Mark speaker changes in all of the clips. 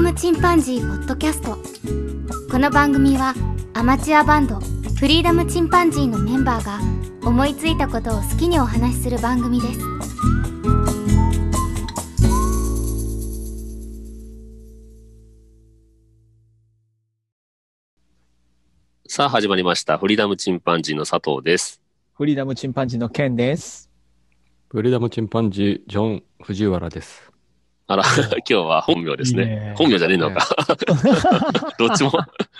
Speaker 1: ムチンパンジー」ポッドキャストこの番組はアマチュアバンドフリーダムチンパンジーのメンバーが思いついたことを好きにお話しする番組です
Speaker 2: さあ始まりました。フリーダムチンパンジーの佐藤です。
Speaker 3: フリーダムチンパンジーのケンです。
Speaker 4: ブリダムチンパンジー、ジョン・藤原です。
Speaker 2: あら、 今日は本名ですね。
Speaker 3: いいね
Speaker 2: 本名じゃねえのか。 どっちも、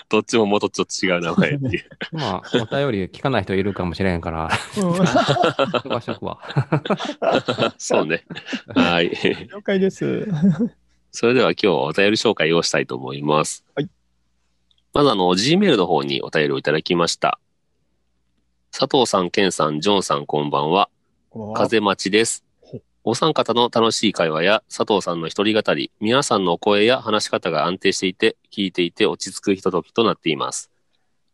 Speaker 2: どっちも元ちょっと違う名前って いう。
Speaker 4: まあ、お便り聞かない人いるかもしれんから、 飛ばしとくわ。
Speaker 2: そうね。はい。
Speaker 3: 了解です。
Speaker 2: それでは今日はお便り紹介をしたいと思います。
Speaker 3: はい。
Speaker 2: まずあの、Gmail の方にお便りをいただきました。佐藤さん、ケンさん、ジョンさん、こんばんは。風待ちです
Speaker 3: ほ。
Speaker 2: お三方の楽しい会話や佐藤さんの一人語り、皆さんのお声や話し方が安定していて、聞いていて落ち着くひとときとなっています。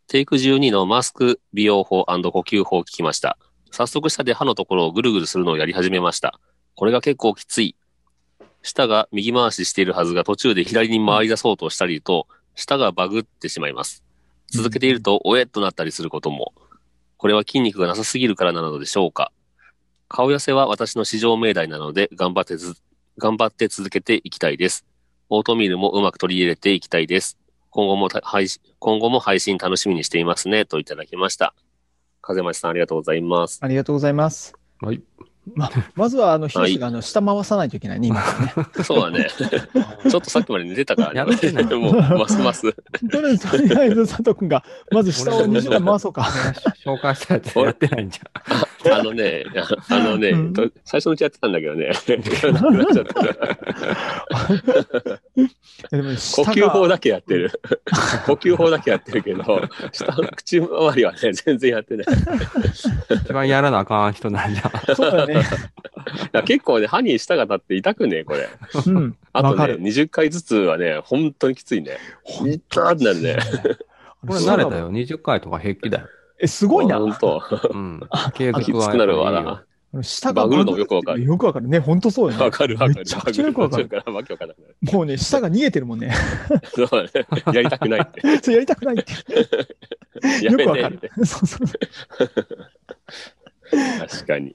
Speaker 2: テイク12のマスク、美容法呼吸法を聞きました。早速舌で歯のところをぐるぐるするのをやり始めました。これが結構きつい。舌が右回ししているはずが途中で左に回り出そうとしたりと、舌がバグってしまいます。続けていると、おえっとなったりすることも。これは筋肉がなさすぎるからなのでしょうか。顔痩せは私の至上命題なので、頑張ってず、頑張って続けていきたいです。オートミールもうまく取り入れていきたいです。今後もた配信、今後も配信楽しみにしていますね、といただきました。風町さんありがとうございます。
Speaker 3: ありがとうございます。
Speaker 4: はい。
Speaker 3: ま、まずは、あの、ヒ
Speaker 2: はい
Speaker 3: ロシが、あの、下回さないといけないね、今。
Speaker 2: そうだ ね。ちょっとさっきまで寝てたから
Speaker 4: やめてな
Speaker 2: ね。 もう、ますます。
Speaker 3: とりあえず、とりあえず、佐藤くんが、まず下を20段回そうか。
Speaker 4: 紹介したやつやってないんじゃ
Speaker 2: あのね、あのね、
Speaker 3: うん
Speaker 2: と最初のうちやってたんだけどね。なくなっちゃったから
Speaker 3: でも
Speaker 2: 呼
Speaker 3: 下が
Speaker 2: 吸法だけやってる。呼吸法だけやってるけど、下の口周りはね、全然やってない。
Speaker 4: ん。一番やらなあかん人なんじゃん。
Speaker 3: そうだね。
Speaker 2: い や結構ね、歯に舌が立って痛くね、これ。
Speaker 3: うん。
Speaker 2: あ
Speaker 3: わ
Speaker 2: と
Speaker 3: か
Speaker 2: ね、
Speaker 3: る。
Speaker 2: 20回ずつはね、本当にきついね。
Speaker 3: ほん
Speaker 2: 痛ってなるね。
Speaker 4: これ慣れた。よ。20回とか平気だよ。
Speaker 3: え、すごいな。
Speaker 2: 本当。
Speaker 4: うん。継
Speaker 2: きつ
Speaker 4: 続は。
Speaker 2: くなるわな。
Speaker 3: 下
Speaker 2: バグるのもよくわかる
Speaker 3: よくわかるね。ほんとそうよ
Speaker 2: わ
Speaker 3: ね。
Speaker 2: かるわかる。
Speaker 3: めちゃくちゃよくわかる
Speaker 2: バグるから、わけわからなくなる。
Speaker 3: もうね、下が逃げてるもんね。
Speaker 2: そうだね。やりたくないって。
Speaker 3: それやりたくないって。
Speaker 2: や
Speaker 3: よくわ
Speaker 2: め
Speaker 3: か
Speaker 2: てって
Speaker 3: る。。そうそう。
Speaker 2: 確かに。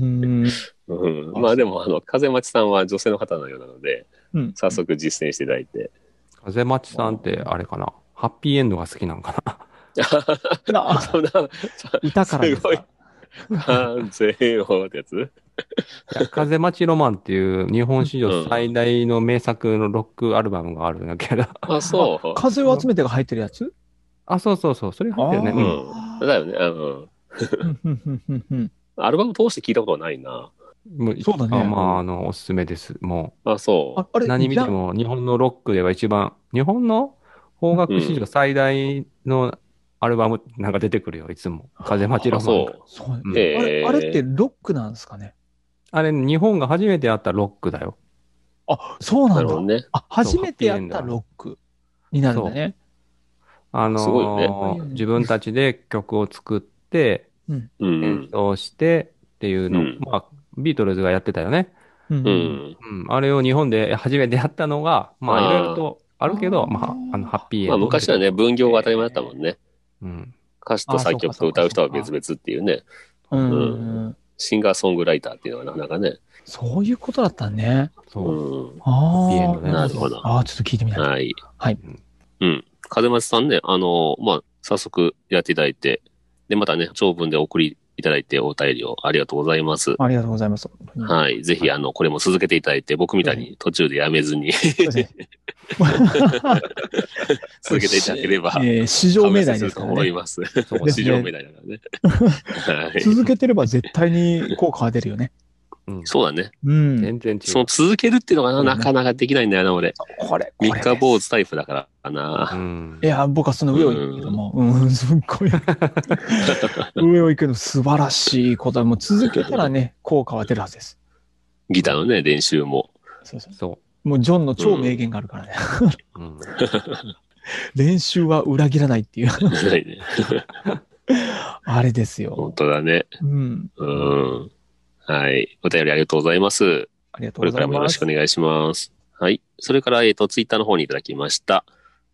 Speaker 3: うん。
Speaker 2: うん。まあでも、あの、風町さんは女性の方のようなので、
Speaker 3: うん
Speaker 2: 早速実践していただいて。
Speaker 4: 風待ちさんって、あれかな。ハッピーエンドが好きなんかな。
Speaker 3: な
Speaker 2: そんな、
Speaker 3: いたからです
Speaker 2: すごい
Speaker 3: か。
Speaker 2: 完全をってやつ
Speaker 4: いや風待ちロマンっていう日本史上最大の名作のロックアルバムがあるんだけど。
Speaker 2: あ、そ
Speaker 3: 風を集めてが入ってるやつ
Speaker 4: あ、そうそうそう。それ入ってるね。
Speaker 2: う。
Speaker 4: う。
Speaker 2: うんん。だよね。うん。
Speaker 3: うんうんうんうんうん
Speaker 2: アルバム通して聞いたことはないな。
Speaker 4: もう
Speaker 3: そうだね
Speaker 4: あまあ、あの、おすすめです。も
Speaker 2: あ、そう。
Speaker 3: ああ
Speaker 4: う、
Speaker 3: れ
Speaker 4: 何見
Speaker 3: ジ
Speaker 4: て
Speaker 3: ャン
Speaker 4: も日本のロックでは一番、日本の邦楽史上最大のアルバムなんか出てくるよ、いつも。風待ちロ
Speaker 2: あ、
Speaker 4: マン。
Speaker 2: そう。
Speaker 3: そう
Speaker 4: うん
Speaker 3: あれ
Speaker 2: えー
Speaker 3: あれってロックなんですかね
Speaker 4: あれ、日本が初めてやったロックだよ。
Speaker 3: あ、そう
Speaker 2: な
Speaker 3: な
Speaker 2: るほど
Speaker 3: んだ。
Speaker 2: ね。
Speaker 3: あ、初めてやったロックになるんだね。
Speaker 4: あ
Speaker 2: すごいよ
Speaker 4: のー
Speaker 3: ね
Speaker 4: 自分たちで曲を作って、
Speaker 2: う
Speaker 4: 演
Speaker 2: ん。
Speaker 4: 奏してっていうの、
Speaker 2: うん
Speaker 4: まあ、ビートルズがやってたよね。
Speaker 3: う。
Speaker 2: うんん。
Speaker 4: うん、あれを日本で初めてやったのが、ま
Speaker 2: あ
Speaker 4: あ、
Speaker 2: ー
Speaker 4: いろいろとあるけ
Speaker 3: あ
Speaker 4: ど、
Speaker 3: ー
Speaker 4: まあ、あの、ハッピーエンド
Speaker 2: まあ昔はね、分業が当たり前だったもんね。
Speaker 4: うん。
Speaker 2: 歌詞と作曲と歌う人は別々っていうね、
Speaker 3: うん
Speaker 2: うんシンガーソングライターっていうのはなかなかね。
Speaker 3: そういうことだったね。
Speaker 4: そうう。
Speaker 2: ん。
Speaker 3: あ
Speaker 4: ピエ
Speaker 3: あ
Speaker 4: ロ、ね
Speaker 2: なるほど。
Speaker 3: ああ、ちょっと聞いてみたい。
Speaker 2: はい。
Speaker 3: はい。
Speaker 2: うん。風松さんね、あの、まあ、早速やっていただいて、で、またね、長文でお送りいただいてお便りをありがとうございます。
Speaker 3: ありがとうございます。うん
Speaker 2: はい。ぜひ、あの、これも続けていただいて、僕みたいに途中でやめずに
Speaker 3: そうですね
Speaker 2: 続けていただければ、
Speaker 3: えー市場命題ですか
Speaker 2: 完成ると
Speaker 3: ら
Speaker 2: 思い
Speaker 3: ね。
Speaker 2: ます。
Speaker 4: そう
Speaker 3: です
Speaker 2: 市
Speaker 3: ね
Speaker 2: 場命題だからね。はい。
Speaker 3: 続けてれば絶対に効果が出るよね。
Speaker 4: うん
Speaker 2: そうだね。
Speaker 3: うん。
Speaker 4: 全然違う。
Speaker 2: その続けるっていうのがな、なかなかできないんだよな、俺。
Speaker 3: これ、これ
Speaker 2: 三
Speaker 3: です
Speaker 2: 日坊主タイプだから
Speaker 4: う
Speaker 2: な。
Speaker 4: ん
Speaker 3: い。や、僕はその上を行くけども、うん、すっ ごい。上を行くの素晴らしいことは、もう続けたらね、効果は出るはずです。
Speaker 2: ギターのね、練習 も。
Speaker 3: そうそ。
Speaker 4: そう
Speaker 3: もうジョンの超名言があるからね。
Speaker 4: う。 うん。
Speaker 3: 練習は裏切らないっていう、
Speaker 2: ないね
Speaker 3: あれですよ。
Speaker 2: 本当だね。
Speaker 3: うん。
Speaker 2: うん。はい。お便りありがとうございます。
Speaker 3: ありがと
Speaker 2: こ
Speaker 3: うご
Speaker 2: れか
Speaker 3: ざい
Speaker 2: らもよろ
Speaker 3: ま
Speaker 2: し
Speaker 3: す
Speaker 2: くお。願いします。はい。それから、えっ、と、ツイッターの方にいただきました。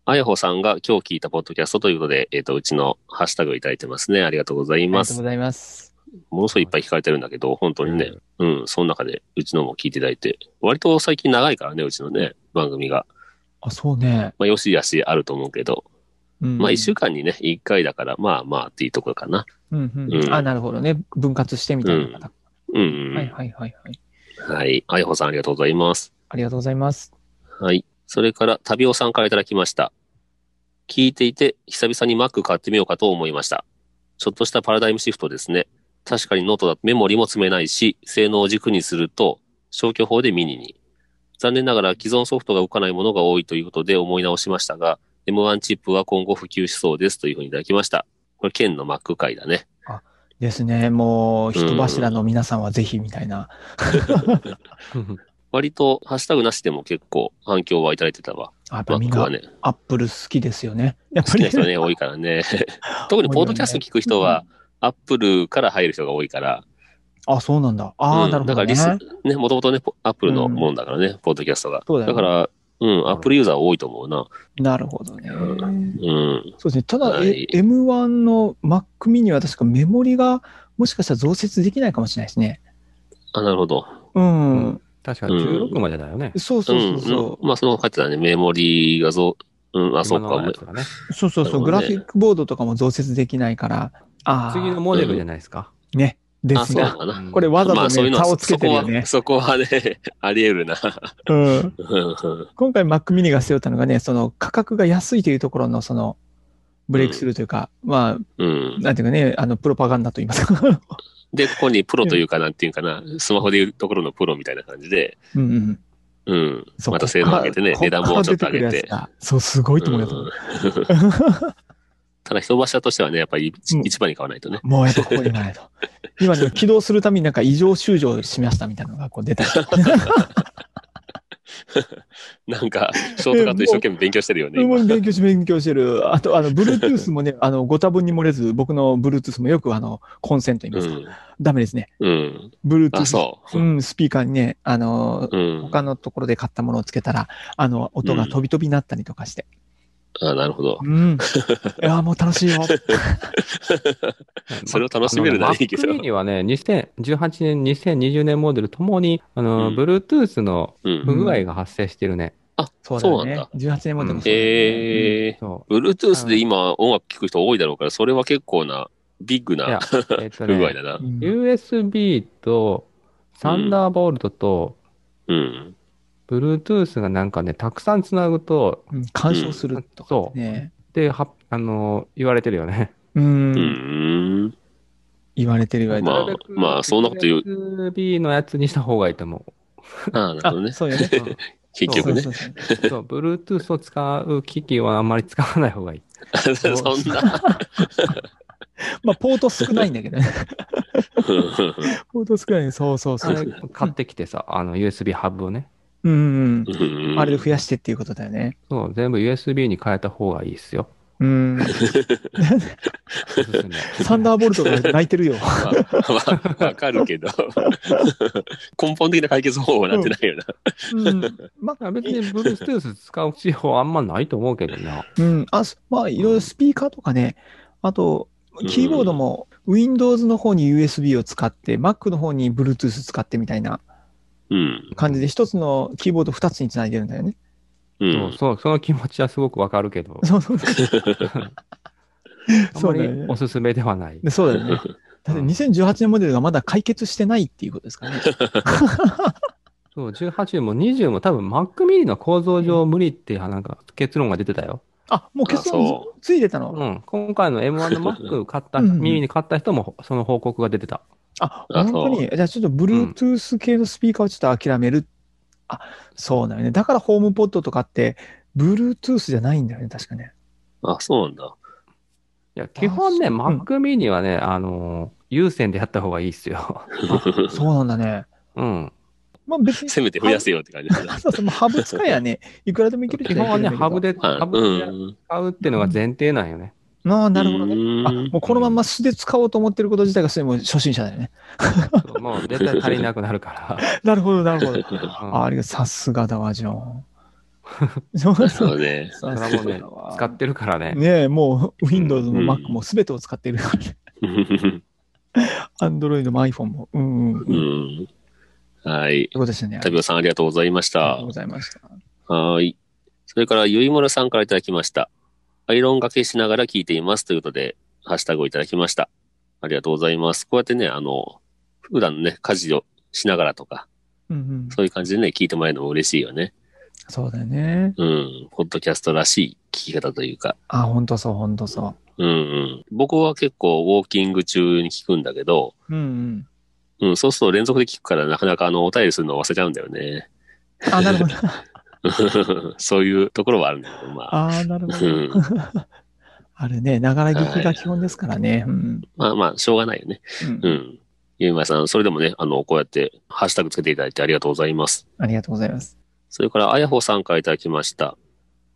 Speaker 2: あやほさんが今日聞いたポッドキャストということで、えっ、と、うちのハッシュタグをいただいてますね。ありがとうござい
Speaker 3: りが
Speaker 2: ま
Speaker 3: とう
Speaker 2: す
Speaker 3: ご。ざいます。
Speaker 2: ものすごいいっぱい聞かれてるんだけど、本当に ね。うん、その中で、うちのも聞いていただいて。割と最近長いからね、うちのね、番組が。
Speaker 3: あ、そうね。
Speaker 2: まあ、よしやしあると思うけど。
Speaker 3: うん
Speaker 2: まあ、一週間にね、一回だから、まあまあっていうところかな。
Speaker 3: うんうん
Speaker 2: うん
Speaker 3: あ、なるほどね。分割してみたいな方。
Speaker 2: うん、うん。
Speaker 3: はいはいはいはい。
Speaker 2: はい。あやほさん、ありがとうございます。
Speaker 3: ありがとうございます。
Speaker 2: はい。それから、旅おさんからいただきました。聞いていて、久々に Mac 買ってみようかと思いました。ちょっとしたパラダイムシフトですね。確かにノートだとメモリも積めないし、性能を軸にすると、消去法でミニに。残念ながら既存ソフトが動かないものが多いということで思い直しましたが、M1 チップは今後普及しそうですというふうにいただきました。これ、県の Mac 会だね。
Speaker 3: ですね。もう、人柱の皆さんはぜひみたいな。
Speaker 2: 割と、ハッシュタグなしでも結構反響はいただいてたわ。
Speaker 3: あやっぱみん
Speaker 2: Mac
Speaker 3: な
Speaker 2: は、ね。
Speaker 3: アップル好きですよね。やっぱ
Speaker 2: 好きな
Speaker 3: り
Speaker 2: 人ね、多いから ね。特にポッドキャスト聞く人は、アップルから入る人が多いから。
Speaker 3: あ、そうなんだ。ああ、
Speaker 2: うん
Speaker 3: なるほど、ね。
Speaker 2: だからリス、ね、もともとね、ポアップルのものだからね、ポッドキャストが。
Speaker 3: そうだよね
Speaker 2: から、うん、アップルユーザー多いと思うな。
Speaker 3: なるほどね。
Speaker 2: うん。
Speaker 3: そうですね。ただ、
Speaker 2: はい
Speaker 3: え M1 の Mac mini は確かメモリがもしかしたら増設できないかもしれないですね。
Speaker 2: あ、なるほど。
Speaker 3: うん。
Speaker 4: 確か16までだよね。
Speaker 3: そうそうそうそう
Speaker 2: うん。まあ、その書いてたね、メモリーがぞ、うん、あ、そう
Speaker 4: 今のやつ
Speaker 2: か。
Speaker 4: がね。
Speaker 3: そうそうそ
Speaker 2: な
Speaker 3: う、グ
Speaker 2: るほ
Speaker 3: ラ
Speaker 2: ど
Speaker 3: フ
Speaker 2: ね
Speaker 3: ィックボードとかも増設できないから。ああ。
Speaker 4: 次のモデルじゃないですか。
Speaker 3: ね。で
Speaker 2: あ、
Speaker 3: す
Speaker 2: そうな
Speaker 3: ね
Speaker 2: の。かな。
Speaker 3: これわざ
Speaker 2: まあ、
Speaker 3: と
Speaker 2: そうい
Speaker 3: ね、
Speaker 2: うの
Speaker 3: 差を
Speaker 2: は、
Speaker 3: つけ
Speaker 2: そ
Speaker 3: て
Speaker 2: こ
Speaker 3: るよ
Speaker 2: は
Speaker 3: ね、。
Speaker 2: そこはね、 あり得るな。
Speaker 3: うん。
Speaker 2: うんうん
Speaker 3: 今回 Mac mini が背負ったのがね、その価格が安いというところのその、ブレイクスルーというか、ま
Speaker 2: うん
Speaker 3: あ、。なんていうかね、あの、プロパガンダと言いますか。
Speaker 2: で、ここにプロというか、なんていうかな、スマホでいうところのプロみたいな感じで、
Speaker 3: うんうん。
Speaker 2: うん。
Speaker 3: そう
Speaker 2: また性能上げてね
Speaker 3: ここ
Speaker 2: 値段もちょっと上げて
Speaker 3: ここから出くるやつだそう、すごいと思うよ。
Speaker 2: ただ人柱としてはね、やっぱり一
Speaker 3: うん
Speaker 2: 一番に買わないとね。
Speaker 3: もうやっぱここに いないと。今でも起動するためになんか異常終了しましたみたいなのがこ う出たり。
Speaker 2: なんか、ショートカット一生懸命勉強してるよね、
Speaker 3: も
Speaker 2: 今。
Speaker 3: う勉強し勉強してる。あと、あの、Bluetooth もね、あの、ご多分に漏れず、僕の Bluetooth もよくあの、コンセントに
Speaker 2: う
Speaker 3: ますか、
Speaker 2: ん。
Speaker 3: ダメですね。
Speaker 2: うん。あ、
Speaker 3: Bluetooth。
Speaker 2: そうう。
Speaker 3: ん、スピーカーにね、あの、
Speaker 2: うん。
Speaker 3: 他のところで買ったものをつけたら、あの、音が飛び飛びになったりとかして。
Speaker 2: あ、なるほど。
Speaker 3: うん。いやー、もう楽しいよ。
Speaker 2: それを楽しめるならいいけど
Speaker 4: あのね Mac mini はね、2018年、2020年モデルともに、あの、
Speaker 2: うん
Speaker 4: Bluetooth の
Speaker 2: うん。
Speaker 4: 不具合が発生してるね。
Speaker 2: あ、
Speaker 3: そう
Speaker 2: そう
Speaker 3: だ
Speaker 2: なんだ
Speaker 3: ね。。18年モデルもそうだね
Speaker 2: え
Speaker 4: そ
Speaker 2: ー、Bluetooth で今音楽聴く人多いだろうから、それは結構な、ビッグ
Speaker 4: う。い
Speaker 2: な、
Speaker 4: やえっと
Speaker 2: 不具合
Speaker 4: ね、
Speaker 2: だな
Speaker 3: う。ん
Speaker 4: USB と、サンダーボルトと、
Speaker 2: うん。
Speaker 4: Bluetooth がなんかね、たくさんつなぐと、
Speaker 3: うん干渉するとか
Speaker 4: そ
Speaker 3: ね。
Speaker 4: う。で、は、あの、言われてるよね。
Speaker 3: う。
Speaker 2: うんん。
Speaker 3: 言われてる言われて
Speaker 2: まあ
Speaker 3: る。
Speaker 2: まあそんなこと言 う
Speaker 4: USB のやつにした方がいい と思う。
Speaker 2: あ、なるほどね
Speaker 3: あ、。そうよね。
Speaker 2: 結局ね
Speaker 3: そ。うそうそう
Speaker 4: そう、Bluetooth を使う機器はあんまり使わない 方がいい。
Speaker 2: そん
Speaker 4: そう
Speaker 2: な。
Speaker 3: まあ、ポート少ないんだけどね。
Speaker 2: うん
Speaker 3: ポート少ない。そうそうそ
Speaker 4: あ
Speaker 3: う。
Speaker 4: れ買ってきてさ、あの USB ハブをね。
Speaker 3: うん
Speaker 2: う
Speaker 3: うんん。あれ増やしてっていうことだよね。
Speaker 4: そう、全部 USB に変えた方がいいですよ。
Speaker 3: うん。
Speaker 4: おすすめ
Speaker 3: サンダーボルトが泣いてるよ。
Speaker 2: まあ わ、わかるけど、 根本的な解決方法はなってないよな。
Speaker 3: うん。まあ、
Speaker 4: まあ別に Bluetooth 使う必要はあんまないと思うけどな。
Speaker 3: うん。あ、すまあ、いろいろスピーカーとかね。あと、キーボードも Windows の方に USB を使って、Mac の方に Bluetooth 使ってみたいな
Speaker 2: うん。
Speaker 3: 感じで、一つのキーボード二つにつないでるんだよね。
Speaker 2: う
Speaker 4: そう、
Speaker 2: ん。
Speaker 4: そうその気持ちはすごくわかるけど、
Speaker 3: そうそ うそう。
Speaker 4: あん
Speaker 3: そ
Speaker 4: ま
Speaker 3: うだよ
Speaker 4: り
Speaker 3: ね
Speaker 4: おすすめで はない。
Speaker 3: でそうだよね。だって2018年モデルがまだ解決してないっていうことですかね。
Speaker 4: そう、18も20も多分 Mac mini の構造上無理ってなんか結論が出てたよ。
Speaker 3: あ、もう結
Speaker 2: あ
Speaker 3: 論
Speaker 2: そ
Speaker 3: ついてたの。
Speaker 4: うん。今回の M1 の Mac 買った、
Speaker 3: うんうん
Speaker 4: 耳に買った人もその報告が出てた。
Speaker 3: あ、
Speaker 2: あ
Speaker 3: 本当に。じゃあちょっと Bluetooth 系のスピーカーをちょっと諦める。あ、そうだよね。だからホームポッドとかって、Bluetooth じゃないんだよね、確かね。
Speaker 2: あ、そうなんだ。
Speaker 4: いや、基本ね、
Speaker 3: そううん
Speaker 4: Mac mini はね、あのー、有線でやった方がいいっすよ。
Speaker 3: あ、そうなんだね。
Speaker 4: うん。
Speaker 3: まあ別 に、
Speaker 2: せめて増やせよって感じだな。
Speaker 3: そうそう、まあハブ使いはね、いくらでもいけるっちゃ
Speaker 4: 基本はい
Speaker 3: け
Speaker 4: ね、
Speaker 3: るんだけど
Speaker 4: ハブで、
Speaker 2: ま
Speaker 4: ハ
Speaker 2: あ、う
Speaker 4: ブで
Speaker 2: ん。
Speaker 4: 使うっていうのが前提なんよね。
Speaker 3: ああ、なるほどね。
Speaker 2: う
Speaker 3: あ、
Speaker 2: ーん
Speaker 3: もうこのまんま素で使おうと思ってること自体がすでにもう初心者だよね。
Speaker 4: そうもう絶対足りなくなるか
Speaker 3: なるほど、なるほど。
Speaker 4: ら。うん
Speaker 3: あありがとう。さすがだわ、ジョン。 そうそう
Speaker 2: そうね。
Speaker 3: さ
Speaker 4: それはもうね使ってるからね。
Speaker 3: ねえ、もう Windows も
Speaker 2: うん
Speaker 3: Mac も全てを使っている からね。Android も iPhone も。うんうん。と
Speaker 2: う。
Speaker 3: いうん
Speaker 2: はい。
Speaker 3: ことでしたね。あ
Speaker 2: タ
Speaker 3: り
Speaker 2: ビオさんありがとうございまし
Speaker 3: が
Speaker 2: た
Speaker 3: とう。ございました。
Speaker 2: はい。それから、ゆいむらさんからいただきました。アイロン掛けしながら聞いていますということで、ハッシュタグをいただきました。ありがとうございます。こうやってね、あの、普段ね、家事をしながらとか、
Speaker 3: うんうん。
Speaker 2: そういう感じでね、聞いてもらえるのも嬉しいよね。
Speaker 3: そうだよね。
Speaker 2: うん。ポッドキャストらしい聞き方というか。
Speaker 3: あ、ほんとそう、ほんとそ
Speaker 2: うんうん。僕は結構ウォーキング中に聞くんだけど、
Speaker 3: う。うんうん。
Speaker 2: うん、そうすると連続で聞くからなかなかあの、お便りするのを忘れちゃうんだよね。
Speaker 3: あ、なるほど。
Speaker 2: そういうところはあるんだけど、まあ。
Speaker 3: ああ、なるほ
Speaker 2: う
Speaker 3: ど。
Speaker 2: ん。
Speaker 3: あるね。ながら聞きが基本ですからね。うん。
Speaker 2: まあまあ、しょうがないよね。
Speaker 3: うん
Speaker 2: うん。ゆうまさん、それでもね、あの、こうやって、ハッシュタグつけていただいてありがとうございます。
Speaker 3: ありがとうござ います。
Speaker 2: それから、あやほさんからいただきました。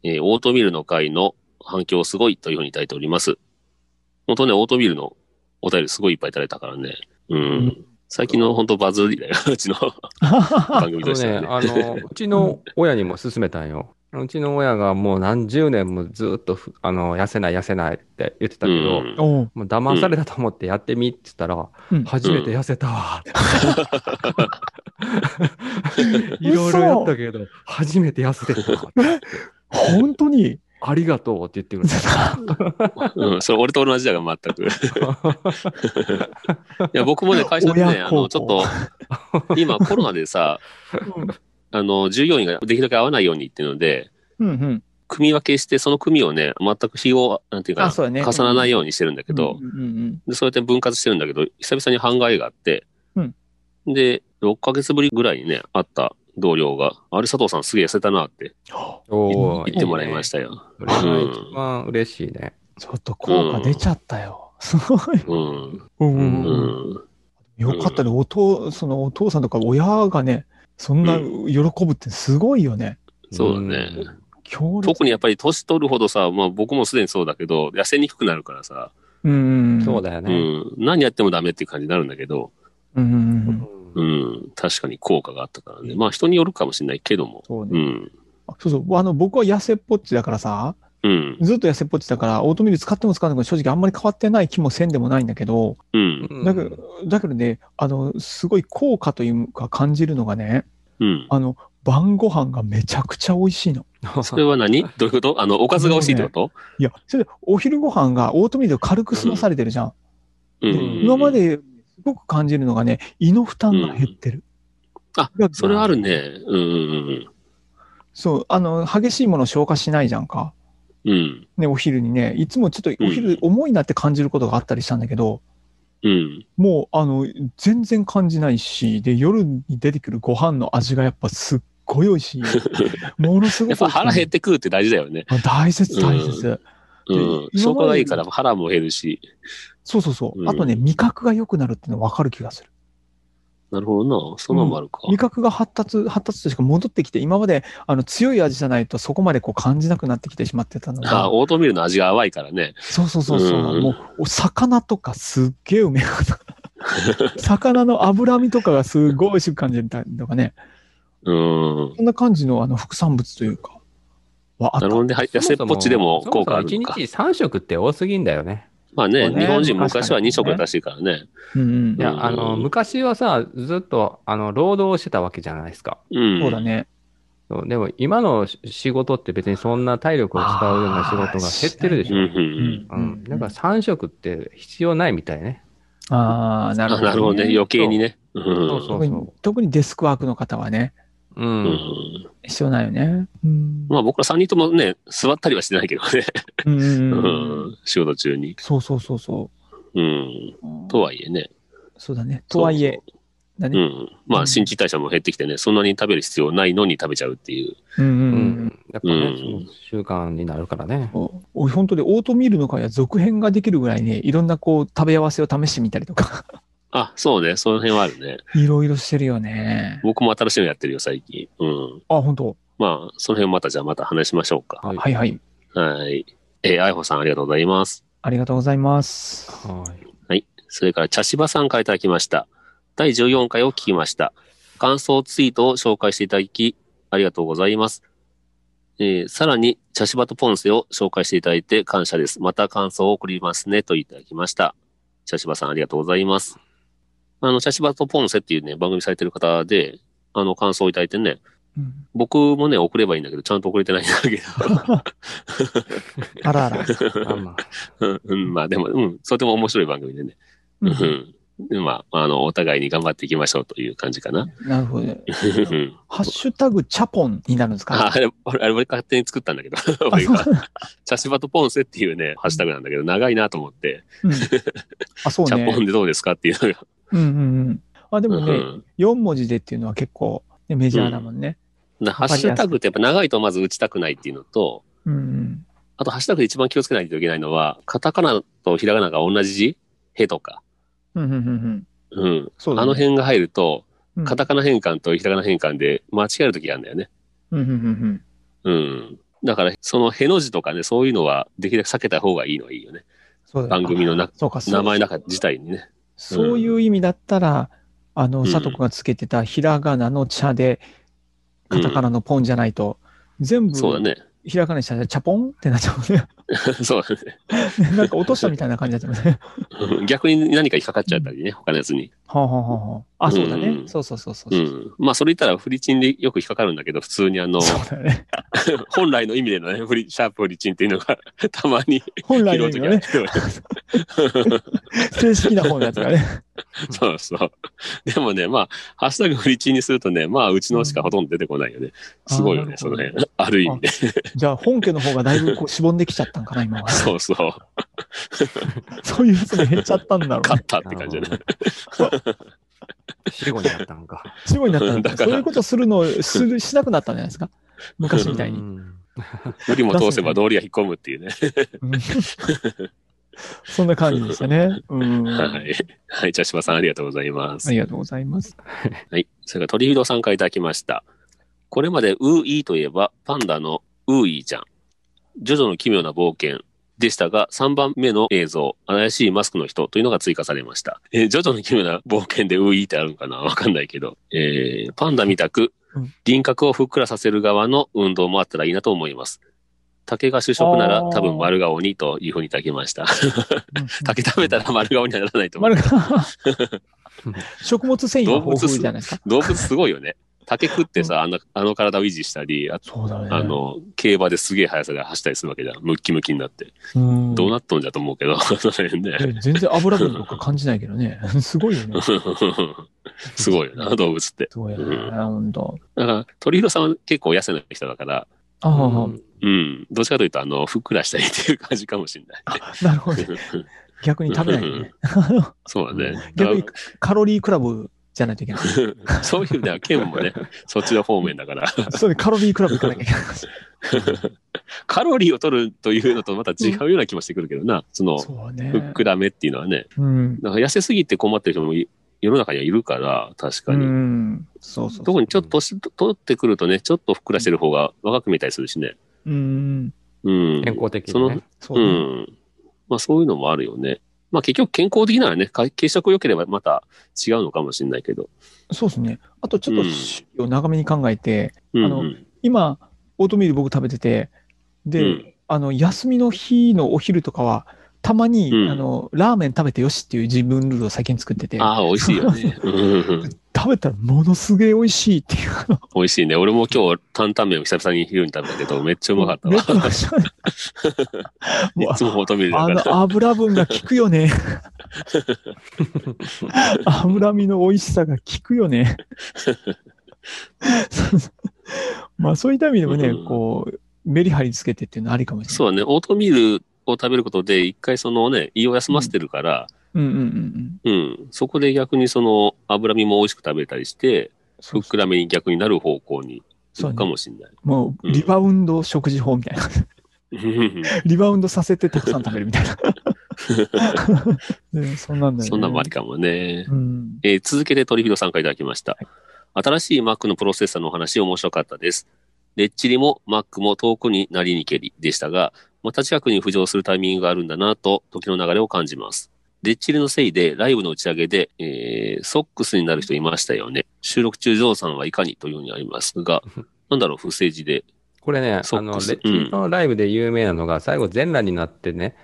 Speaker 2: えーオートミールの回の反響すごいというふうにいただいております。本当ね、オートミールのお便りすごいいっぱいいただいたからね。うん。
Speaker 3: うん
Speaker 2: 最近の本当バズりだよ、うちの番組
Speaker 4: あの
Speaker 2: として
Speaker 4: ね
Speaker 2: は、ね。
Speaker 4: あの、うちの親にも勧めたんよ。うちの親がもう何十年もずっとふ、あの、痩せない痩せないって言ってた
Speaker 2: う
Speaker 4: けど、
Speaker 2: ん。
Speaker 3: おう。
Speaker 4: もう騙されたと思ってやってみって言ったら、
Speaker 3: うん
Speaker 4: 初めて痩せたわ。 いろいろやったけど、初めて痩せてたわ。
Speaker 3: 本当に
Speaker 4: ありがとうって言ってくるんだよ。
Speaker 2: うん。それ、俺と同じだが、全く。い や、僕もね、会社でね、
Speaker 3: 親
Speaker 2: あ
Speaker 3: 孝行
Speaker 2: の、ちょっと、今コロナでさ、あの、従業員ができるだけ会わないようにっていうので、
Speaker 3: うんうん。
Speaker 2: 組み分けして、その組をね、全く日を、なんていうか
Speaker 3: あそうだね
Speaker 2: な、重ならないようにしてるんだけど、
Speaker 3: うんうん
Speaker 2: でそうやって分割してるんだけど、久々に半外があって、
Speaker 3: うん
Speaker 2: で、6ヶ月ぶりぐらいにね、会った同僚が、あれ佐藤さんすげえ痩せたなって
Speaker 4: おー
Speaker 2: 言ってもらいましたよ。
Speaker 4: それが一番嬉しいね。
Speaker 3: ちょっと効果出ちゃったよ。すごい。
Speaker 2: うん。
Speaker 3: うん
Speaker 2: う
Speaker 3: うん
Speaker 2: ん。
Speaker 3: よかったね。お父、そのお父さんとか親がね、そんな
Speaker 2: う
Speaker 3: 喜ぶってすごいよね。
Speaker 2: そうだね
Speaker 4: うん
Speaker 3: 強烈。
Speaker 2: 特にやっぱり年取るほどさ、まあ僕もすでにそうだけど、痩せにくくなるからさ、
Speaker 3: うん。
Speaker 4: そう
Speaker 3: だ。
Speaker 4: だよ
Speaker 2: う
Speaker 4: ね。
Speaker 2: ん。何やってもダメっていう感じになるんだけど、
Speaker 3: うんうんう。
Speaker 4: うんん
Speaker 2: うん。確かに効果があったからね。まあ人によるかもしれないけども。
Speaker 3: そう
Speaker 2: う
Speaker 3: ね。
Speaker 2: ん。
Speaker 3: あそうそう。あの、僕は痩せっぽっちだからさ、
Speaker 2: うん。
Speaker 3: ずっと痩せっぽっちだから、オートミール使っても使わなくても正直あんまり変わってない気もせんでもないんだけど、
Speaker 2: うん。
Speaker 4: うん
Speaker 3: だけど、だけどね、あの、すごい効果というか感じるのがね、
Speaker 2: うん。
Speaker 3: あの、晩ご飯がめちゃくちゃ美味しいの。
Speaker 2: それは何どういうことあの、おかずが美味しいってこと、
Speaker 3: いや、それでお昼ご飯がオートミールを軽く済まされてるじゃん。
Speaker 2: う
Speaker 3: で
Speaker 2: ん。
Speaker 3: 今ま。ですごく感じるのがね、胃の負担が減ってる。
Speaker 2: あ、それはあるね。うんうん
Speaker 3: そう、あの、激しいものを消化しないじゃんか。
Speaker 2: うん。うん。
Speaker 3: ね、お昼にね、いつもちょっとお
Speaker 2: う
Speaker 3: 昼
Speaker 2: ん
Speaker 3: 重いなって感じることがあったりしたんだけど、
Speaker 2: うん。
Speaker 3: もう、あの、全然感じないし、で、夜に出てくるご飯の味がやっぱすっごい美 味しい。ものすごく美味しい。
Speaker 2: やっぱ腹減って食うって大事だよね。
Speaker 3: あ大切、大切。
Speaker 2: うん。
Speaker 3: で
Speaker 2: 消化がいいから腹も減るし。
Speaker 3: そうそうそう。
Speaker 2: うん
Speaker 3: あとね、味覚が良くなるっていうの分かる気がする。
Speaker 2: なるほどな。そんなのもあるか。
Speaker 3: 味覚が発達、発達としか戻ってきて、今まであの強い味じゃないとそこまでこう感じなくなってきてしまってたの
Speaker 2: あ、
Speaker 3: が、
Speaker 2: オートミールの味が淡いからね。
Speaker 3: そうそうそうそう、
Speaker 2: うん
Speaker 3: もうお魚とかすっげえうめえか った。魚の脂身とかがすごい美味しく感じたりとかね、
Speaker 2: うん。
Speaker 3: そんな感じのあの副産物というか、はあ
Speaker 2: な
Speaker 3: った
Speaker 2: るほどね。はい痩せっぽっちでも効果あるのか
Speaker 4: そ。もそも1日3食って多すぎんだよね。
Speaker 2: まあね、
Speaker 3: そうね
Speaker 2: 日本人昔は2
Speaker 3: 昔か
Speaker 2: 食
Speaker 3: らね
Speaker 2: らしいからね。
Speaker 3: うんうん
Speaker 4: い
Speaker 2: うん
Speaker 4: や、あの、昔はさ、ずっと、あの、労働をしてたわけじゃないですか。
Speaker 2: うん。
Speaker 3: そうだ。ね。
Speaker 4: そうでも、今のし仕事って別にそんな体力を使うような仕事が減ってるでし
Speaker 2: うん
Speaker 4: ょ。
Speaker 2: うん。
Speaker 4: うん。だから3食って必要ないみたいね。
Speaker 3: ああ、なる
Speaker 2: あ
Speaker 3: ほど、
Speaker 2: なるほどね。余計にね。うん。
Speaker 4: そうそう
Speaker 3: 特に。特にデスクワークの方はね、
Speaker 4: う。
Speaker 2: うんん。
Speaker 3: 必要ないよね。うん。
Speaker 2: まあ僕ら3人ともね、座ったりはしてないけどね。
Speaker 3: うん
Speaker 2: う
Speaker 3: うんうん
Speaker 2: ん。仕事中に。
Speaker 3: そうそうそうそ
Speaker 2: うん。
Speaker 3: う。
Speaker 2: とはいえね。
Speaker 3: そうだね。とはいえ、だ
Speaker 2: う
Speaker 3: ね。
Speaker 2: ん。まあ、新陳代謝も減ってきてね、そんなに食べる必要ないのに食べちゃうっていう。
Speaker 3: うんう
Speaker 4: うん
Speaker 3: うん。
Speaker 4: ん。やっぱね、
Speaker 2: うん
Speaker 4: その習慣になるからね。
Speaker 3: お本当でオートミールの会は続編ができるぐらいね、いろんなこう食べ合わせを試してみたりとか、
Speaker 2: あ、そうね。その辺はあるね。
Speaker 3: いろいろしてるよね。
Speaker 2: 僕も新しいのやってるよ、最近。うん。
Speaker 3: あ、本当
Speaker 2: まあ、その辺またじゃあまた話しましょうか。
Speaker 4: はい
Speaker 3: はいはい。
Speaker 2: はい。えー、あいほさんありがとうございます。
Speaker 3: ありがとうございます。
Speaker 4: はい。
Speaker 2: それから、茶芝さんからいただきました。第14回を聞きました。感想ツイートを紹介していただき、ありがとうございます。えーさらに、茶芝とポンセを紹介していただいて感謝です。また感想を送りますね、といただきました。茶芝さんありがとうございます。あの、茶芝とポンセっていうね、番組されてる方で、あの、感想をいただいてね、
Speaker 3: うん
Speaker 2: 僕もね、送ればいいんだけど、ちゃんと送れてないんだけ
Speaker 3: あらあ ら。
Speaker 4: まあま
Speaker 2: ど。 うん、まあでも、うん、とても面白い番組でね。う
Speaker 3: う
Speaker 2: んん。でまあ、あの、お互いに頑張っていきましょうという感じかな。
Speaker 3: なるほど。
Speaker 2: うん
Speaker 3: ハッシュタグチャポンになるんです
Speaker 2: あ
Speaker 3: か
Speaker 2: あれ、俺、あれ俺勝手に作ったんだけど、
Speaker 3: あ
Speaker 2: 俺
Speaker 3: そう
Speaker 2: が。チャシバとポンセっていうね、ハッシュタグなんだけど、長いなと思って、
Speaker 3: うんあ、そう
Speaker 2: チャポン
Speaker 3: ね。
Speaker 2: でどうですかっていうのが。
Speaker 3: うんうんうん。あ、で
Speaker 2: う
Speaker 3: もね、
Speaker 2: ん
Speaker 3: 4文字でっていうのは結構、ね、メジャーだもんね。
Speaker 2: なハッシュタグってやっぱ長いとまず打ちたくないっていうのと、
Speaker 3: うん、うん。
Speaker 2: あとハッシュタグで一番気をつけないといけないのは、カタカナとひらがなが同じ字へとか。
Speaker 3: うんうんうんうん。
Speaker 2: うん。
Speaker 3: そうだね。
Speaker 2: あの辺が入ると、
Speaker 3: うん、
Speaker 2: カタカナ変換とひらがな変換で間違えるときがあるんだよね。
Speaker 3: うんうんうんうん。
Speaker 2: うん。だから、そのへの字とかね、そういうのはできるだけ避けた方がいいのはいいよね。
Speaker 3: そうだね
Speaker 2: 番組のな
Speaker 3: そうか、そう
Speaker 2: 名前の中自体にね。
Speaker 3: そういう意味だったら、あの、
Speaker 2: ん
Speaker 3: 佐藤君がつけてたひらがなの茶で、カタカナのポンじゃないと、全部
Speaker 2: そうだね。
Speaker 3: ひらがなにしたらチャポンってなっちゃう ね。
Speaker 2: そうだね。
Speaker 3: なんか落としたみたいな感じだったもんね。
Speaker 2: うん逆に何か引っかかっちゃったりね、他のやつに。
Speaker 3: はあ、はあはあはあ、あ、そうだね。
Speaker 2: うん
Speaker 3: そうそうそうそう
Speaker 2: う
Speaker 3: そう。
Speaker 2: ん。まあ、それ言ったら、フリチンでよく引っかかるんだけど、普通にあの、
Speaker 3: そうだね。
Speaker 2: 本来の意味でのね、フリ、シャープフリチンっていうのが、 たまに
Speaker 3: 本来
Speaker 2: 拾
Speaker 3: の
Speaker 2: う
Speaker 3: 意味
Speaker 2: と
Speaker 3: の
Speaker 2: きある
Speaker 3: ね、
Speaker 2: けど。
Speaker 3: 正式な方のやつがね。
Speaker 2: そうそう。でもね、まあ、ハッシュタグフリチンにするとね、まあ、うちのしかほとんど出てこないよね。すごいよね、
Speaker 3: あー
Speaker 2: その辺。 ある意味ね。
Speaker 3: じゃあ本家の方がだいぶこうしぼんできちゃったんかな、 今は。
Speaker 2: そうそう。
Speaker 3: そういう人が減っちゃったんだろう
Speaker 2: 勝
Speaker 3: ね。
Speaker 2: ったっ
Speaker 4: あ。
Speaker 2: て感 じだね。
Speaker 4: 死後になったんか。
Speaker 3: すごいなったんだ
Speaker 2: だから
Speaker 3: そういうことするのをするしなくなったんじゃないですか。昔みたいに。
Speaker 4: うん
Speaker 2: 無理も通せば道理は引っ込むっていうね。
Speaker 3: うんそんな感じでしたね。うん。
Speaker 2: は
Speaker 3: あ
Speaker 2: い。はい、茶島さんありがとうございます。
Speaker 3: りがとうございます。
Speaker 2: はい。それから、鳥ドさんからいただきました。これまで、ウーイーといえば、パンダのウーイーちゃん。ジョジョの奇妙な冒険でしたが、3番目の映像、怪しいマスクの人というのが追加されました。えージョジョの奇妙な冒険でウーイーってあるのかなわかんないけど。えーパンダみたく
Speaker 3: うん、
Speaker 2: 輪郭をふっくらさせる側の運動もあったらいいなと思います。竹が主食なら
Speaker 3: あー
Speaker 2: 多分丸が鬼というふうにいただきました。
Speaker 3: うん
Speaker 2: 竹食べたら丸が鬼にはならないと思う
Speaker 3: 丸。が食物繊維が豊富じゃないですか。
Speaker 2: 動物すごいよね。竹食ってさ、あの、あの体を維持したり、あ
Speaker 3: そうだね。
Speaker 2: あの、競馬ですげえ速さで走ったりするわけじゃん。ムッキムキになって。
Speaker 3: うん、
Speaker 2: どうなっとんじゃと思うけど、その辺ね。
Speaker 3: え全然脂分とか感じないけどね。すごいよね。
Speaker 2: すごいよな、動物って。
Speaker 3: すごいよ
Speaker 2: う
Speaker 3: ね。ほんと。
Speaker 2: だから、鳥広さんは結構痩せない人だから、
Speaker 3: ああ、
Speaker 2: うん。どっちかというと、あの、ふっくらしたりっていう感じかもしれない。
Speaker 3: なるほど。逆に食べないよね。
Speaker 2: そうだね。だか
Speaker 3: 逆にカロリークラブじゃないといけない。
Speaker 2: らそういう意味では、ケンも ね、そっちの方面だから、
Speaker 3: そうね、カロリークラブ行かなきゃいけない。
Speaker 2: カロリーを取るというのとまた違うような気もしてくるけどな、その、
Speaker 3: そうね
Speaker 2: ふっ。くらめっていうのはね。
Speaker 3: うん。
Speaker 2: なんか痩せすぎて困ってる人もい世の中にはいるから、確
Speaker 3: う
Speaker 2: かに。
Speaker 3: ん。そうそうそう。
Speaker 2: 特にちょっと年と取ってくるとね、ちょっとふっくらしてる方が若く見えたりするしね。
Speaker 3: うん。
Speaker 2: うん。
Speaker 4: 健康的
Speaker 2: そ
Speaker 4: に
Speaker 2: の
Speaker 4: ね。
Speaker 3: そう
Speaker 2: う
Speaker 3: ね。
Speaker 2: ん。まあそういうのもあるよね。まあ結局健康的ならね、か血色良ければまた違うのかもしれないけど。
Speaker 3: そうですね。あとちょっと
Speaker 2: うん
Speaker 3: 種類を長めに考えて、
Speaker 2: うん、う
Speaker 3: あの
Speaker 2: ん。
Speaker 3: 今、オートミール僕食べてて、で、
Speaker 2: うん
Speaker 3: あの、休みの日のお昼とかは、たまに、
Speaker 2: うん
Speaker 3: あの、ラーメン食べてよしっていう自分ルールを最近作ってて、
Speaker 2: ああ、美味しいよね。うん
Speaker 3: 食べたらものすげえ美味しいっていう、あの
Speaker 2: 美味しいね。俺も今日担々麺を久々に昼に食べたけど、めっちゃうまかった
Speaker 3: め
Speaker 2: わ
Speaker 3: っ。ちゃ美味しい
Speaker 2: い
Speaker 3: もう
Speaker 2: つもオートミール
Speaker 3: あ
Speaker 2: だか
Speaker 3: の油分が効くよ ね。脂身の美味しさが効く よね。そうそうまあそういった意味でもね、
Speaker 2: うん
Speaker 3: こう、メリハリつけてっていうのはありかも
Speaker 2: ら。
Speaker 3: しれ
Speaker 2: そうだね。オートミールを食べることで、一回そのね、胃を休ませてるから、
Speaker 3: ない。うんうんうんうん。
Speaker 2: うん。そこで逆にその脂身も美味しく食べれたりして、
Speaker 3: そ
Speaker 2: ふ
Speaker 3: う
Speaker 2: っくらめに逆になる方向に
Speaker 3: そ
Speaker 2: 行
Speaker 3: う
Speaker 2: く
Speaker 3: ね
Speaker 2: かもしれない。
Speaker 3: もう、リバウンド食事法み たいな。
Speaker 2: うん
Speaker 3: リバウンドさせてたくさん食べるみたいな。 ねそんなんだよね。
Speaker 2: そんなんもありかもね。
Speaker 3: うん。
Speaker 2: えー続けて鳥広さんからいただきました。新しい Mac のプロセッサーのお話面白かったです。レッチリも Mac も遠くになりにけりでしたが、また近くに浮上するタイミングがあるんだなと、時の流れを感じます。レッチリのせいで、ライブの打ち上げで、えー、ソックスになる人いましたよね。収録中、ジョーさんはいかにというようにあります が、なんだろう、不正字で。
Speaker 4: これね、
Speaker 2: そ
Speaker 4: あ
Speaker 2: う
Speaker 4: の、レ
Speaker 2: か
Speaker 4: ッチリのライブで有名なのが、最後全裸になっ てね。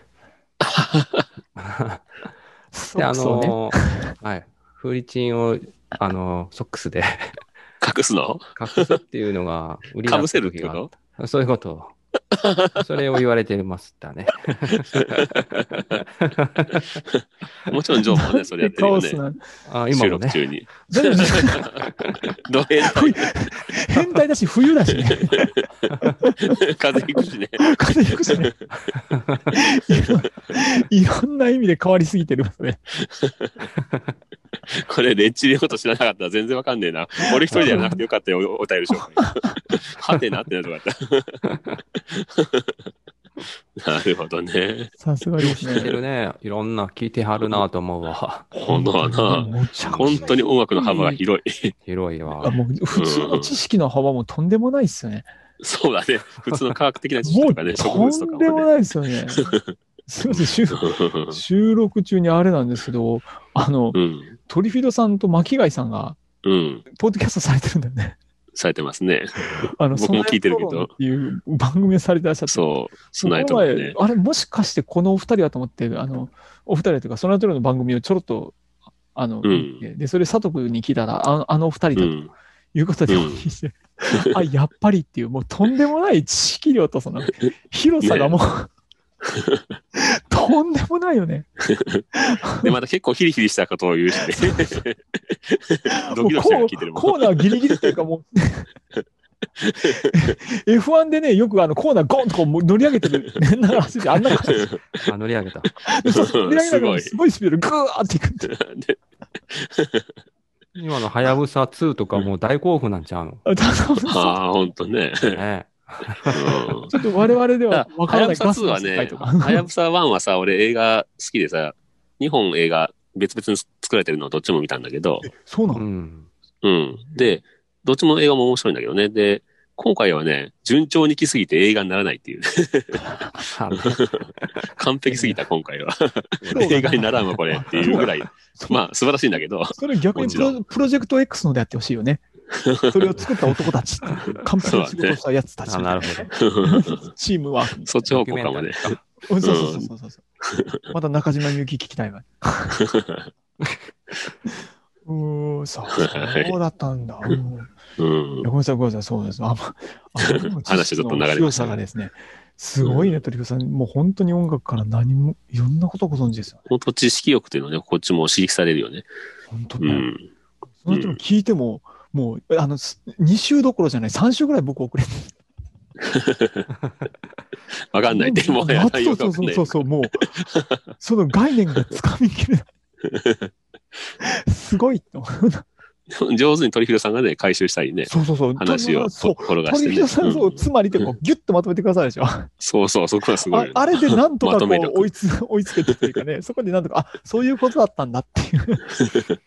Speaker 3: そ
Speaker 4: で、あ
Speaker 3: うそうね。
Speaker 4: のー、 はい。フリチンを、あのー、ソックスで
Speaker 2: 隠すの
Speaker 4: 隠すっていうのが売りだっ
Speaker 2: 被
Speaker 4: た
Speaker 2: せるって
Speaker 4: 時があ
Speaker 2: こ
Speaker 4: ったそういうこと。それを言われてましたね。
Speaker 2: もちろん、ジョーもね、それやってるよ
Speaker 3: カオス
Speaker 2: ね。
Speaker 3: な
Speaker 4: あ
Speaker 2: 収
Speaker 4: 今も
Speaker 2: 録
Speaker 4: ね。
Speaker 2: 中に。
Speaker 3: でも
Speaker 2: どへん
Speaker 3: 冬変態だし、冬だしね。
Speaker 2: 風邪ひくし ね。
Speaker 3: 風邪ひくじゃね。いろんな意味で変わりすぎてるもんね。
Speaker 2: これ、レッチリのこと知らなかったら全然わかんねえな。俺一人でやらなくてよかったよ、おお便りしよう。 はてなってなるとかった。なるほどね。
Speaker 3: さすがです
Speaker 4: 知って
Speaker 3: ね。
Speaker 4: るね。いろんな聞いてはるなと思うわ。
Speaker 2: 今度はな、
Speaker 3: むちゃくちゃ
Speaker 2: 本当に音楽の幅が広い。
Speaker 4: 広い
Speaker 3: あ
Speaker 4: わ。
Speaker 3: もう普通の知識の幅もとんでもないっすよね。
Speaker 2: そうだね。普通の科学的な知識
Speaker 3: も
Speaker 2: と
Speaker 3: う
Speaker 2: かね、植物と
Speaker 3: と
Speaker 2: か
Speaker 3: んでも
Speaker 2: もね。
Speaker 3: ないっすよね。すいません、 収収録中にあれなんですけど、あの、
Speaker 2: うん。
Speaker 3: トリフィドさんと巻貝さんが、
Speaker 2: うん。
Speaker 3: ポッドキャストされてるんだよね。
Speaker 2: されてますね。
Speaker 3: あの、
Speaker 2: 僕も聞いてるけど
Speaker 3: ソナイトローンっていう番組をされてらっしゃって。
Speaker 2: そう。
Speaker 3: そ
Speaker 2: ス
Speaker 3: の
Speaker 2: ナ
Speaker 3: 前
Speaker 2: イトもね。
Speaker 3: あれ、もしかしてこのお二人はと思って、あの、お二人というか、その後の番組をちょろっと、あの、
Speaker 2: うん
Speaker 3: 見てで、それ佐藤君に聞いたら、あのあのお二
Speaker 2: う
Speaker 3: 人だ
Speaker 2: ん。
Speaker 3: ということで、
Speaker 2: うん
Speaker 3: あ、やっぱりっていう、もうとんでもない知識 量とその、広さがもう、とんでもないよね。
Speaker 2: で、また結構ヒリヒリしたことを言うしね。 ドキドキしながら聞いてる
Speaker 3: も
Speaker 2: も。
Speaker 3: うんコーコーナーギリギリっていうかもう F1 でね、よくあのコーナーゴンとこう乗り上げてる、ね、なら走ってあんな感じ
Speaker 4: あ、乗り上げた。
Speaker 3: で、そうそう乗り上
Speaker 2: す
Speaker 3: げなが
Speaker 2: ご
Speaker 3: ら
Speaker 2: い
Speaker 3: すごいスピードでグーっていくって。
Speaker 2: で
Speaker 4: 今のはやぶさ2とかもう大興奮なんち ゃうの
Speaker 3: あただ
Speaker 2: ああ、ほんとね。
Speaker 4: ね。
Speaker 2: うん
Speaker 3: ちょっと我々ではわ
Speaker 2: は
Speaker 3: か
Speaker 2: や
Speaker 3: ら
Speaker 2: ぶ
Speaker 3: ない
Speaker 2: さ2はね、 はやぶさ1はさ、俺映画好きでさ、2本映画別々に作られてるのをどっちも見たんだけど、
Speaker 3: そうな
Speaker 4: う
Speaker 3: の
Speaker 4: ん。
Speaker 2: うん。で、どっちも映画も面白いんだけどね。で、今回はね、順調に来すぎて映画にならないっていう。
Speaker 4: あの
Speaker 2: 完璧すぎた、今回は。映画にならんわ、これっていうぐらい。まあ、素晴らしいんだけど、
Speaker 3: それ逆にプロプロジェクト X のでやってほしいよね。それを作った男たちっていう、完璧な仕事をしたやつたち
Speaker 4: あ、なるほど。
Speaker 3: チームワーク。
Speaker 2: そっち方向かもね。
Speaker 3: うんそうそうそうそうそう。また中島みゆき聞きた いわ。うーん、そう、そうだったんだ。う
Speaker 2: う
Speaker 3: ん
Speaker 2: ん
Speaker 3: いや。ごめんなさい、ごめんなさい、そうです。あま、あの
Speaker 2: 話ちょっと流れま
Speaker 3: 強
Speaker 2: し
Speaker 3: さ
Speaker 2: たね
Speaker 3: がですね、すごいね、鳥子さん。もう本当に音楽から何も、いろんなことご存知ですよね。
Speaker 2: 本当知識欲っていうのはね、こっちも刺激されるよね。
Speaker 3: 本当
Speaker 2: う
Speaker 3: に。
Speaker 2: ん。
Speaker 3: その人も聞いても、もう、あの、す2週どころじゃない、3週ぐらい僕遅れて。
Speaker 2: わかんない。でも、やらない
Speaker 3: そ
Speaker 2: よ
Speaker 3: う
Speaker 2: か
Speaker 3: そ
Speaker 2: も
Speaker 3: うそう
Speaker 2: ね
Speaker 3: そうそう、もう、その概念がつかみき れない。すごいと。
Speaker 2: 上手に鳥広さんがね、回収したりね、
Speaker 3: そうそうそう。
Speaker 2: 話を
Speaker 3: そう。
Speaker 2: 転がして
Speaker 3: 鳥
Speaker 2: ね。
Speaker 3: 人さん、そうう、
Speaker 2: ん
Speaker 3: つまりってこう、ギュッとまとめてください でしょ。
Speaker 2: そうそう、そこはすごい
Speaker 3: あ
Speaker 2: よね。
Speaker 3: あれでなんと
Speaker 2: ま
Speaker 3: かこ
Speaker 2: とめ力
Speaker 3: う追いつ 追いつけてっていうか ね、そこでなんとか、あそういうことだったんだっていう、
Speaker 2: うん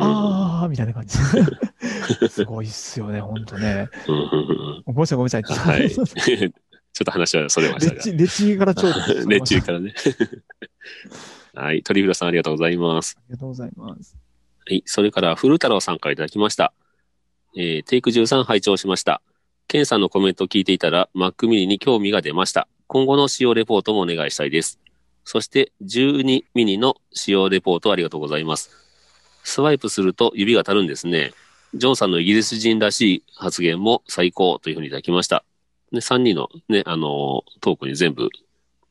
Speaker 3: ああ、みたいな感じ。 すごいっすよね、ほんとね。
Speaker 2: うんうんうん
Speaker 3: ごめんなさい、ごめんなさい。
Speaker 2: はい。 ちょ
Speaker 3: レ
Speaker 2: っと話はそれました
Speaker 3: ッ
Speaker 2: が。
Speaker 3: チ、レッチからちょうど。
Speaker 2: レッチリからね。 はい。鳥広さんありがとうございます。
Speaker 3: ありがとうございます。
Speaker 2: はい。それから、古太郎さんからいただきました。えーテイク13拝聴しました。ケンさんのコメントを聞いていたら、Mac mini に興味が出ました。今後の使用レポートもお願いしたいです。そして、12ミニの使用レポートありがとうございます。スワイプすると指がたるんですね。ジョンさんのイギリス人らしい発言も最高というふうにいただきました。ね、3人のね、あのートークに全部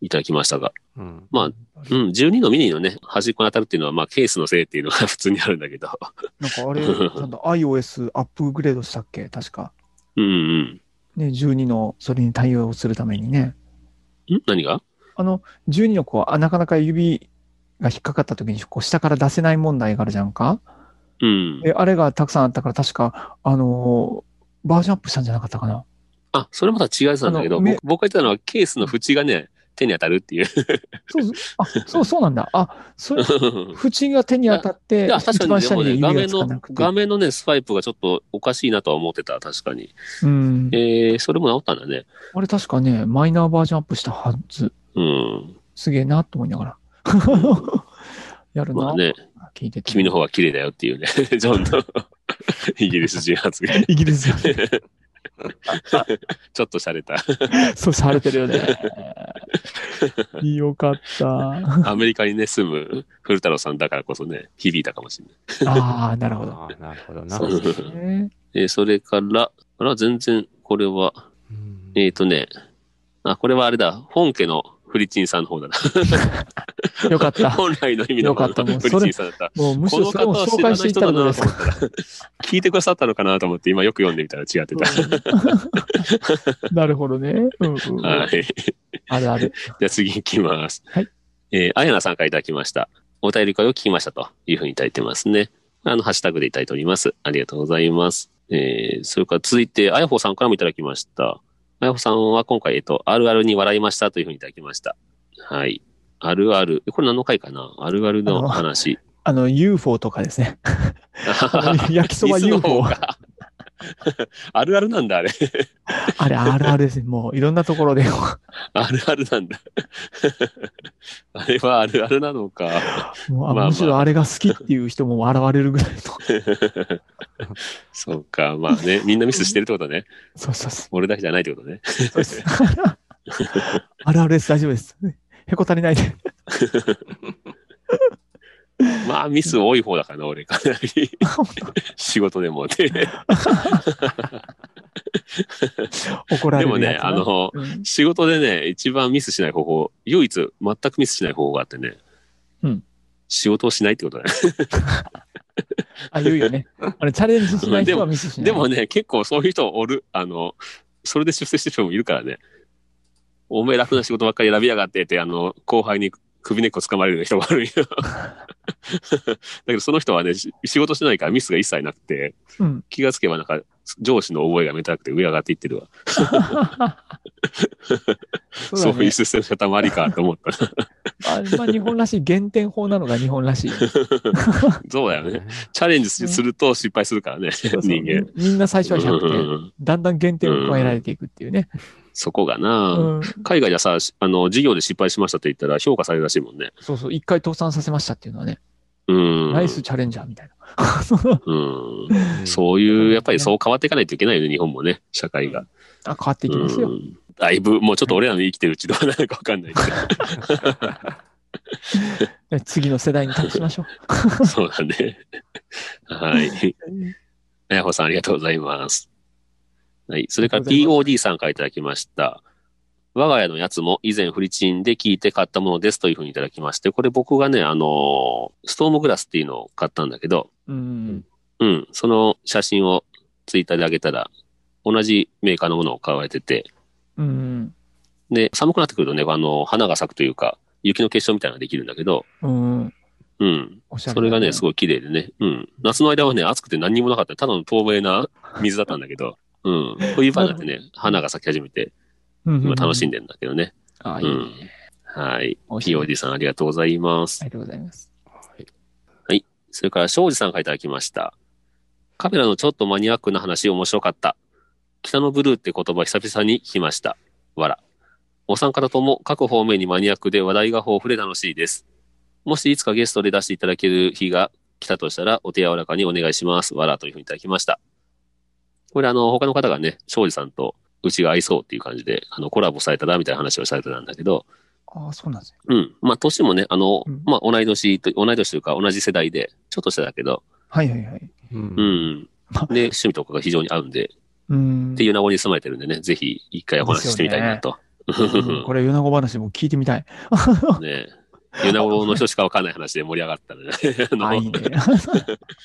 Speaker 2: いただきましたが、
Speaker 4: うん。
Speaker 2: まあ、うん、12のミニのね、端っこに当たるっていうのは、まあ、ケースのせいっていうのが普通にあるんだけど。
Speaker 3: なんか あれ、なんだ iOS アップグレードしたっけ確か。
Speaker 2: うんうん。
Speaker 3: ね、12の、それに対応するためにね。
Speaker 2: ん何が
Speaker 3: あの、12のこう、あなかなか指が引っかかった時に、こう、下から出せない問題があるじゃんか。
Speaker 2: うん。
Speaker 3: で、あれがたくさんあったから、確か、あのーバージョンアップしたんじゃなかったかな。
Speaker 2: あ、それまた違いそうなんだけ
Speaker 3: あ
Speaker 2: ど、
Speaker 3: のめ
Speaker 2: 僕僕が言ってたのは、ケースの縁がね、手に当たる っていう。
Speaker 3: そう そう、あ、そう、そうなんだ。あ、それ、縁が手に当たっ て、
Speaker 2: いや、確
Speaker 3: 一
Speaker 2: かに
Speaker 3: 番
Speaker 2: で
Speaker 3: 下
Speaker 2: も
Speaker 3: に
Speaker 2: ね、
Speaker 3: 指
Speaker 2: 画面
Speaker 3: がつか
Speaker 2: の
Speaker 3: な、くて
Speaker 2: 画。面のね、スワイプがちょっとおかしいなとは思ってた、確かに。
Speaker 3: うん。
Speaker 2: えー、それも直ったんだね。
Speaker 3: あれ確かね、マイナーバージョンアップしたはず。
Speaker 2: うん。
Speaker 3: すげえなと思いながら。 やる
Speaker 2: ま
Speaker 3: な
Speaker 2: あ、ね、
Speaker 3: 聞いてて。
Speaker 2: 君の方が綺麗だよっていうね、 ジョンのイギリス人発 言。
Speaker 3: イギリス で
Speaker 2: ちょっと洒落た。
Speaker 3: そう、されてる よね。よかった。
Speaker 2: アメリカにね、住む古太郎さんだからこそね、響いたかもしれない。
Speaker 3: ああ、なるほど。
Speaker 4: あーなるほどな。
Speaker 2: そう
Speaker 3: ね
Speaker 2: えーそれから、あら、全然、これは、
Speaker 4: うん
Speaker 2: えー、とね、あ、これはあれだ、本家のフリチンさんの方だな。
Speaker 3: よかっ た。
Speaker 2: 本来の意味の
Speaker 3: よかったもう
Speaker 2: フリチンさんだった。
Speaker 3: もうむし
Speaker 2: こ
Speaker 3: ろ
Speaker 2: の
Speaker 3: それ
Speaker 2: 方
Speaker 3: も
Speaker 2: は知
Speaker 3: 紹
Speaker 2: らな
Speaker 3: 介
Speaker 2: い
Speaker 3: していっ
Speaker 2: 人
Speaker 3: た
Speaker 2: だ
Speaker 3: らどう
Speaker 2: な
Speaker 3: で
Speaker 2: と
Speaker 3: す
Speaker 2: 思
Speaker 3: か。
Speaker 2: ったら、 聞いてくださったのかなと思って、今よく読んでみたら違ってた。
Speaker 3: なるほどね。うんうん、
Speaker 2: はい。じ
Speaker 3: あるある。
Speaker 2: ゃあ次行きます。
Speaker 3: はい。
Speaker 2: えー、あやなさんからいただきました。お便り会を聞きましたというふうにいただいてますね。あの、ハッシュタグでいただいております。ありがとうございます。えー、それから続いて、あやほさんからもいただきました。あやほさんは今回、えっと、あるあるに笑いましたというふうにいただきました。はい。あるある。これ何の回かなあるあるの 話。
Speaker 3: あの、UFO とかですね。焼きそ
Speaker 2: 椅
Speaker 3: ば
Speaker 2: 子の
Speaker 3: UFO
Speaker 2: 方。か あるあるなんだ、あれ。
Speaker 3: あれ、あるあるですね。もう、いろんなところで。
Speaker 2: あるあるなんだ。 あれはあるあるなのか。
Speaker 3: もうあ
Speaker 2: まあ
Speaker 3: むしろあれが好きっていう人も現れるぐらいの。
Speaker 2: そうか、まあ ね。みんなミスしてるってことね。
Speaker 3: そうそうそ
Speaker 2: 俺だけじゃないってことね。
Speaker 3: う。そうです。あるあるです。大丈夫です。へこたれないで。
Speaker 2: まあ、ミス多い方だからな、俺かな り。仕事でもね。
Speaker 3: 怒られ
Speaker 2: で
Speaker 3: る
Speaker 2: も
Speaker 3: やつ
Speaker 2: ね、
Speaker 3: な
Speaker 2: あ、の、
Speaker 3: うん
Speaker 2: 仕事でね、一番ミスしない方法、唯一全くミスしない方法があってね。
Speaker 3: うん
Speaker 2: 仕事をしないってことだね。
Speaker 3: あ、言うよね。あれ、チャレンジしない人はミスしない。
Speaker 2: でもね、結構そういう人おる、あの、それで出世してる人もいるからね。おめえ楽な仕事ばっかり選びやがってって、あの、後輩に首根っこ掴まれる人もあるんよ。だけどその人はね、し仕事してないからミスが一切なくて、
Speaker 3: うん。
Speaker 2: 気がつけばなんか上司の覚えがめたくて上上がっていってるわ。
Speaker 3: そう
Speaker 2: そう,、い
Speaker 3: だ
Speaker 2: う
Speaker 3: ね。
Speaker 2: 出世の仕方もありかと思 った。
Speaker 3: あまあ、日本らしい、減点法なのが日本らしい。
Speaker 2: そうだよね。チャレンジすると失敗するからね、
Speaker 3: そうそう
Speaker 2: 人間。
Speaker 3: みんな最初は100
Speaker 2: う
Speaker 3: 点。
Speaker 2: ん
Speaker 3: だんだん減点を加えられていくっていうね。
Speaker 2: そこがな、
Speaker 3: うん。
Speaker 2: 海外ではさ、あの、事業で失敗しましたって言ったら評価されるらしいもんね。
Speaker 3: そうそう。一回倒産させましたっていうのはね、
Speaker 2: うん。
Speaker 3: ナイスチャレンジャーみたいな。
Speaker 2: うん。
Speaker 4: うん
Speaker 2: そういう、やっぱりそう変わっていかないといけないよね、日本もね、社会が。
Speaker 3: あ、変わっていきます
Speaker 2: う
Speaker 3: よ。
Speaker 2: んだいぶ、もうちょっと俺らの生きてるうちどうなるかわかんないけ
Speaker 3: 次の世代に託しましょう。
Speaker 2: ど。そうだね。はい。あやほさんありがとうございます。はい。それから
Speaker 3: ありがとうご
Speaker 2: POD さんからいただきました。我が家のやつも以前フリチンで聞いて買ったものですというふうにいただきまして、これ僕がね、あの、ストームグラスっていうのを買ったんだけど、
Speaker 3: うん。
Speaker 2: うん、その写真をツイッターで上げたら、同じメーカーのものを買われてて、
Speaker 3: うん。
Speaker 2: で、寒くなってくるとね、あの、花が咲くというか、雪の結晶みたいなのができるんだけど、
Speaker 3: うん。
Speaker 2: うん。
Speaker 3: おしゃれだ。
Speaker 2: それがね、すごい綺麗でね。うん。夏の間はね、暑くて何にもなかった。ただの透明な水だったんだけど、うん。冬場になってね、花が咲き始めて、
Speaker 3: うん
Speaker 2: 今楽しん
Speaker 3: で。
Speaker 2: でんだけどね。
Speaker 3: あ、いい
Speaker 2: うん
Speaker 3: ね。
Speaker 2: はい。
Speaker 3: おしゃれ
Speaker 2: POD さんありがとうございます
Speaker 3: あ。りがとうございます。
Speaker 2: それから、庄司さんからいただきました。カメラのちょっとマニアックな話面白かった。北のブルーって言葉久々に聞きました。わら。お三方とも各方面にマニアックで話題が豊富で楽しいです。もしいつかゲストで出していただける日が来たとしたら、お手柔らかにお願いします。わらというふうにいただきました。これあの、他の方がね、庄司さんとうちが合いそうっていう感じで、あの、コラボされたらみたいな話をされてたんだけど、
Speaker 3: あ、そうなんですね。
Speaker 2: うん。まあ、年もね、あの、
Speaker 3: うん
Speaker 2: まあ、同い年と、同い年というか同じ世代で、ちょっと下だけど、
Speaker 3: はいはいはい。
Speaker 4: う。
Speaker 2: うんん。で、趣味とかが非常に合うんで、
Speaker 3: うん。
Speaker 2: っていう名残に住まれてるんでね、ぜひ一回お話ししてみたいなと。
Speaker 3: うんこれ、米子話も聞いて みたい。
Speaker 2: ねえ。ナゴの人しかわかんない話で盛り上がった らね、あの
Speaker 3: あ、いいね。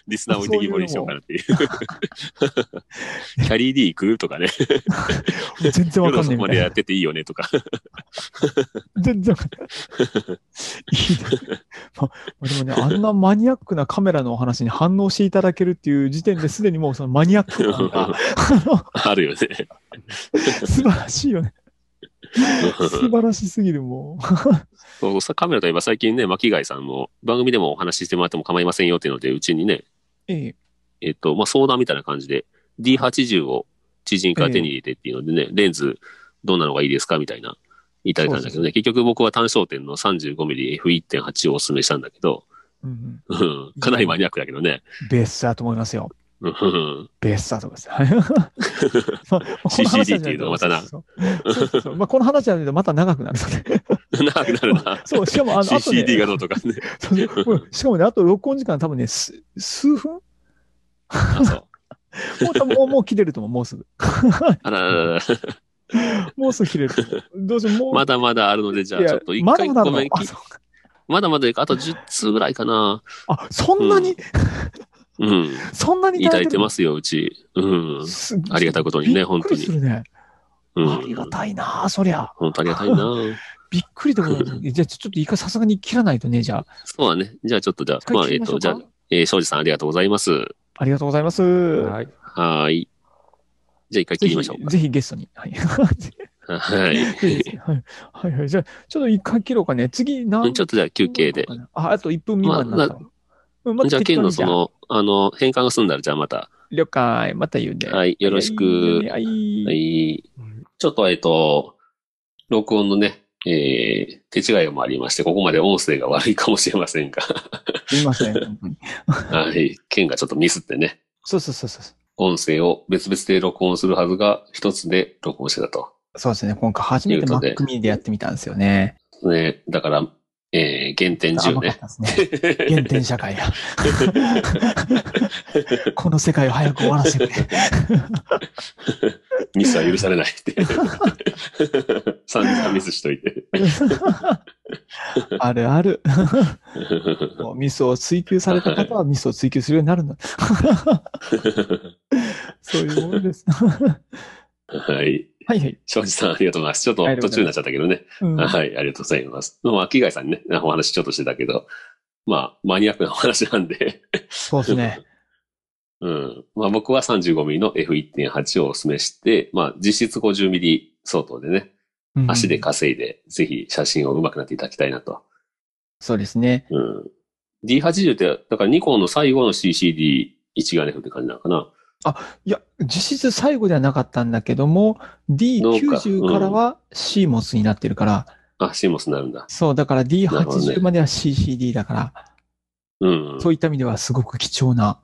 Speaker 2: リスナーを置いてきぼりにしようかなっていう。 キャリー D 行くと かね、
Speaker 3: 全然わ
Speaker 2: 夜の
Speaker 3: かんな
Speaker 2: そ
Speaker 3: い
Speaker 2: こま
Speaker 3: みた
Speaker 2: で
Speaker 3: い
Speaker 2: や
Speaker 3: な
Speaker 2: っ。てていいよねとか。
Speaker 3: 全然わかんない。 いいね。まあ、でもね、あんなマニアックなカメラのお話に反応していただけるっていう時点ですでにもうそのマニアック感があの
Speaker 2: あるよね。
Speaker 3: 素晴らしいよね。素晴らしすぎる、もう。
Speaker 2: そうさカメラといえば最近ね、巻貝さんも番組でもお話ししてもらっても構いませんよっていうので、うちにね、
Speaker 3: ええ。
Speaker 2: えっと、まあ、相談みたいな感じで、D80 を知人から手に入れてっていうのでね、レンズどんなのがいいですかみたいな、いただいたんだけどね、結局僕は単焦点の 35mmF1.8 をお勧めしたんだけど、
Speaker 3: うんうん
Speaker 2: うんかなりマニアックだけどね。
Speaker 3: ベースだと思いますよ。
Speaker 2: うん
Speaker 3: ベースだと思います。はい まあこの話
Speaker 2: CCD っていう のはまたな
Speaker 3: そうそうそうそうまあこの話じゃないとまた長くなるので。
Speaker 2: 長くなるな。
Speaker 3: そう、しか も、あの、あとね
Speaker 2: CCD がどうとかね。
Speaker 3: そうそうしかもね、あと録音時間多分ね、す数分
Speaker 2: あ、そう。
Speaker 3: もう多分もうもう切れると思う、もうすぐ。
Speaker 2: あらららら。
Speaker 3: もうすぐ切れると思う。どうしよう、もう。
Speaker 2: まだまだあるので、じゃあ
Speaker 3: いや
Speaker 2: ちょっと一
Speaker 3: まだ
Speaker 2: 回
Speaker 3: まだある
Speaker 2: ご
Speaker 3: の
Speaker 2: めん。
Speaker 3: あそう
Speaker 2: まだまだいくあと10通ぐらいかな。
Speaker 3: あ、そんなに、
Speaker 2: うん。
Speaker 3: そんなに。
Speaker 2: いただいてますすよ、うち。うん。
Speaker 3: す
Speaker 2: ありがたいことにね
Speaker 3: びっくりするね
Speaker 2: うん。
Speaker 3: ありがたいなあそりゃ。
Speaker 2: 本当ありがたいな。
Speaker 3: びっくりとこと にじゃあ、ちょちょっと一回さすがに切らないとね、じゃあ。
Speaker 2: そうだね。じゃあちょっと、じゃあ
Speaker 3: 一、回
Speaker 2: まあ、
Speaker 3: 切
Speaker 2: え
Speaker 3: り
Speaker 2: っ
Speaker 3: ましょ
Speaker 2: と、
Speaker 3: う
Speaker 2: じ
Speaker 3: か
Speaker 2: ゃあ、えー、庄司さんありがとうございます。
Speaker 3: ありがとうございます。は
Speaker 4: はい。
Speaker 2: はーい。じゃあ一回切
Speaker 3: ぜ
Speaker 2: り
Speaker 3: ひ
Speaker 2: ましょう
Speaker 3: ぜひゲストに。はい。
Speaker 2: か。はい。
Speaker 3: はい、はい、はい。じゃあ、ちょっと一回切ろうかね。次、
Speaker 2: う
Speaker 3: 何
Speaker 2: んちょっとじゃあ休憩で。。
Speaker 3: あ、あと1分未満になったわ。うんま
Speaker 2: じゃあ、
Speaker 3: 適
Speaker 2: 県
Speaker 3: 当
Speaker 2: の
Speaker 3: に
Speaker 2: その、あの、変換が済んだら、じゃあまた。
Speaker 3: 了解。また言うね。
Speaker 2: はい。よろしく。
Speaker 3: はい。
Speaker 2: はい。ちょっと、えっと、録音のね、えー、手違いもありまして、ここまで音声が悪いかもしれません が、
Speaker 3: すいません。本当に
Speaker 2: はい。県がちょっとミスってね、
Speaker 3: そうそうそうそう。
Speaker 2: 音声を別々で録音するはずが、一つで録音してたと。
Speaker 3: そうですね。今回初めて
Speaker 2: ということで
Speaker 3: Mac mini でやってみたんですよね。
Speaker 2: ね、だから、えー、原点
Speaker 3: 甘
Speaker 2: 10
Speaker 3: かっ
Speaker 2: ね。
Speaker 3: たですね。原点社 会や。この世界を早く終わらせてくれ。
Speaker 2: ミスは許されない って。散々ミスしといて。
Speaker 3: あるある。もうミスを追求された方はミスを追求するようになるんだ。そういうものです。は
Speaker 2: はい。
Speaker 3: いはい。
Speaker 2: 庄司さん、ありがとうございます。ちょっと
Speaker 3: ありがと
Speaker 2: 途
Speaker 3: う
Speaker 2: 中に
Speaker 3: ござい
Speaker 2: な
Speaker 3: ます
Speaker 2: っちゃったけどね。
Speaker 3: うん
Speaker 2: はい、ありがとうございます。まあ、木貝さんにね、お話ちょっとしてたけど、まあ、マニアックなお話なんで、
Speaker 3: そうですね。
Speaker 2: うん。まあ、僕は 35mm の F1.8 をお勧めして、まあ、実質 50mm 相当でね、
Speaker 3: うん
Speaker 2: 足で稼いで、ぜひ写真を上手くなっていただきたいなと。
Speaker 3: そうですね。
Speaker 2: うん。D80 って、だからニコンの最後の CCD1 眼レフって感じなのかな。
Speaker 3: いや、実質最後ではなかったんだけども、
Speaker 2: どう
Speaker 3: D90
Speaker 2: か
Speaker 3: からは CMOS になってるから、
Speaker 2: あ、シーモスになるんだ。
Speaker 3: そう、だから
Speaker 2: るほどね
Speaker 3: D80 までは CCD だから、
Speaker 2: うん。
Speaker 3: そういった意味ではすごく貴重な。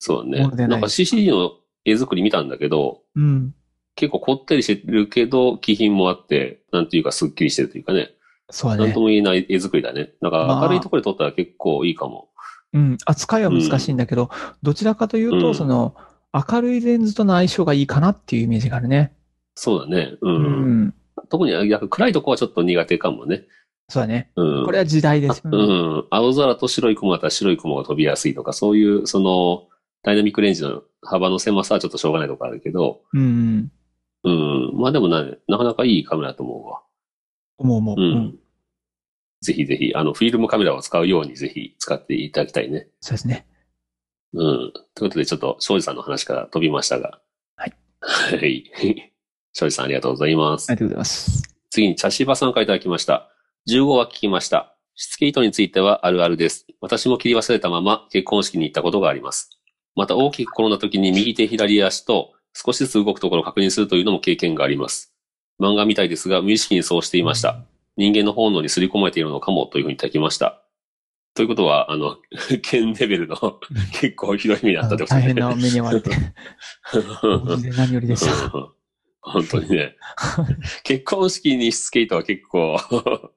Speaker 2: そうね。
Speaker 3: ものでな
Speaker 2: ないんか CCD の絵作り見たんだけど、
Speaker 3: うん。
Speaker 2: 結構こってりしてるけど、気品もあって、なんていうかスッキリしてるというかね。
Speaker 3: そうだ
Speaker 2: なん
Speaker 3: ね
Speaker 2: と。も言えない絵作りだね。なんか
Speaker 3: まあ
Speaker 2: 明るいところで撮ったら結構いいかも。
Speaker 3: うん。扱いは難しいんだけど、どちらかというと、
Speaker 2: うん
Speaker 3: その、明るいレンズとの相性がいいかなっていうイメージがあるね。
Speaker 2: そうだね。う。
Speaker 3: うんん。
Speaker 2: 特になんか暗いとこはちょっと苦手かもね。
Speaker 3: そうだね。
Speaker 2: うん。
Speaker 3: これは時代です。
Speaker 2: う。ん。青空と白い雲だったら白い雲が飛びやすいとか、そういう、その、ダイナミックレンジの幅の狭さはちょっとしょうがないとこあるけど、
Speaker 3: うん。
Speaker 2: うん。まあでもな、なかなかいいカメラだと思うわ。
Speaker 3: 思う思う。
Speaker 2: うん。ぜひぜひ、あの、フィルムカメラを使うようにぜひ使っていただきたいね。
Speaker 3: そうですね。
Speaker 2: うん。ということで、ちょっと、庄司さんの話から飛びましたが。
Speaker 3: はい。
Speaker 2: はい。 庄司さんありがとうございます
Speaker 3: あ。りがとうございます。
Speaker 2: 次に、茶芝さんからいただきました。15話聞きました。しつけ糸についてはあるあるです。私も切り忘れたまま結婚式に行ったことがあります。また大きく転んだ時に右手左足と少しずつ動くところを確認するというのも経験があります。漫画みたいですが無意識にそうしていました。人間の本能に刷り込まれているのかもというふうにいただきました。ということは、あの、 県レベルの結構ひどい目にあったってこと
Speaker 3: 大変な目に遭われて、
Speaker 2: うん
Speaker 3: マジで 何よりでした。
Speaker 2: うん 本当にね。結婚式にしつけ糸は結構、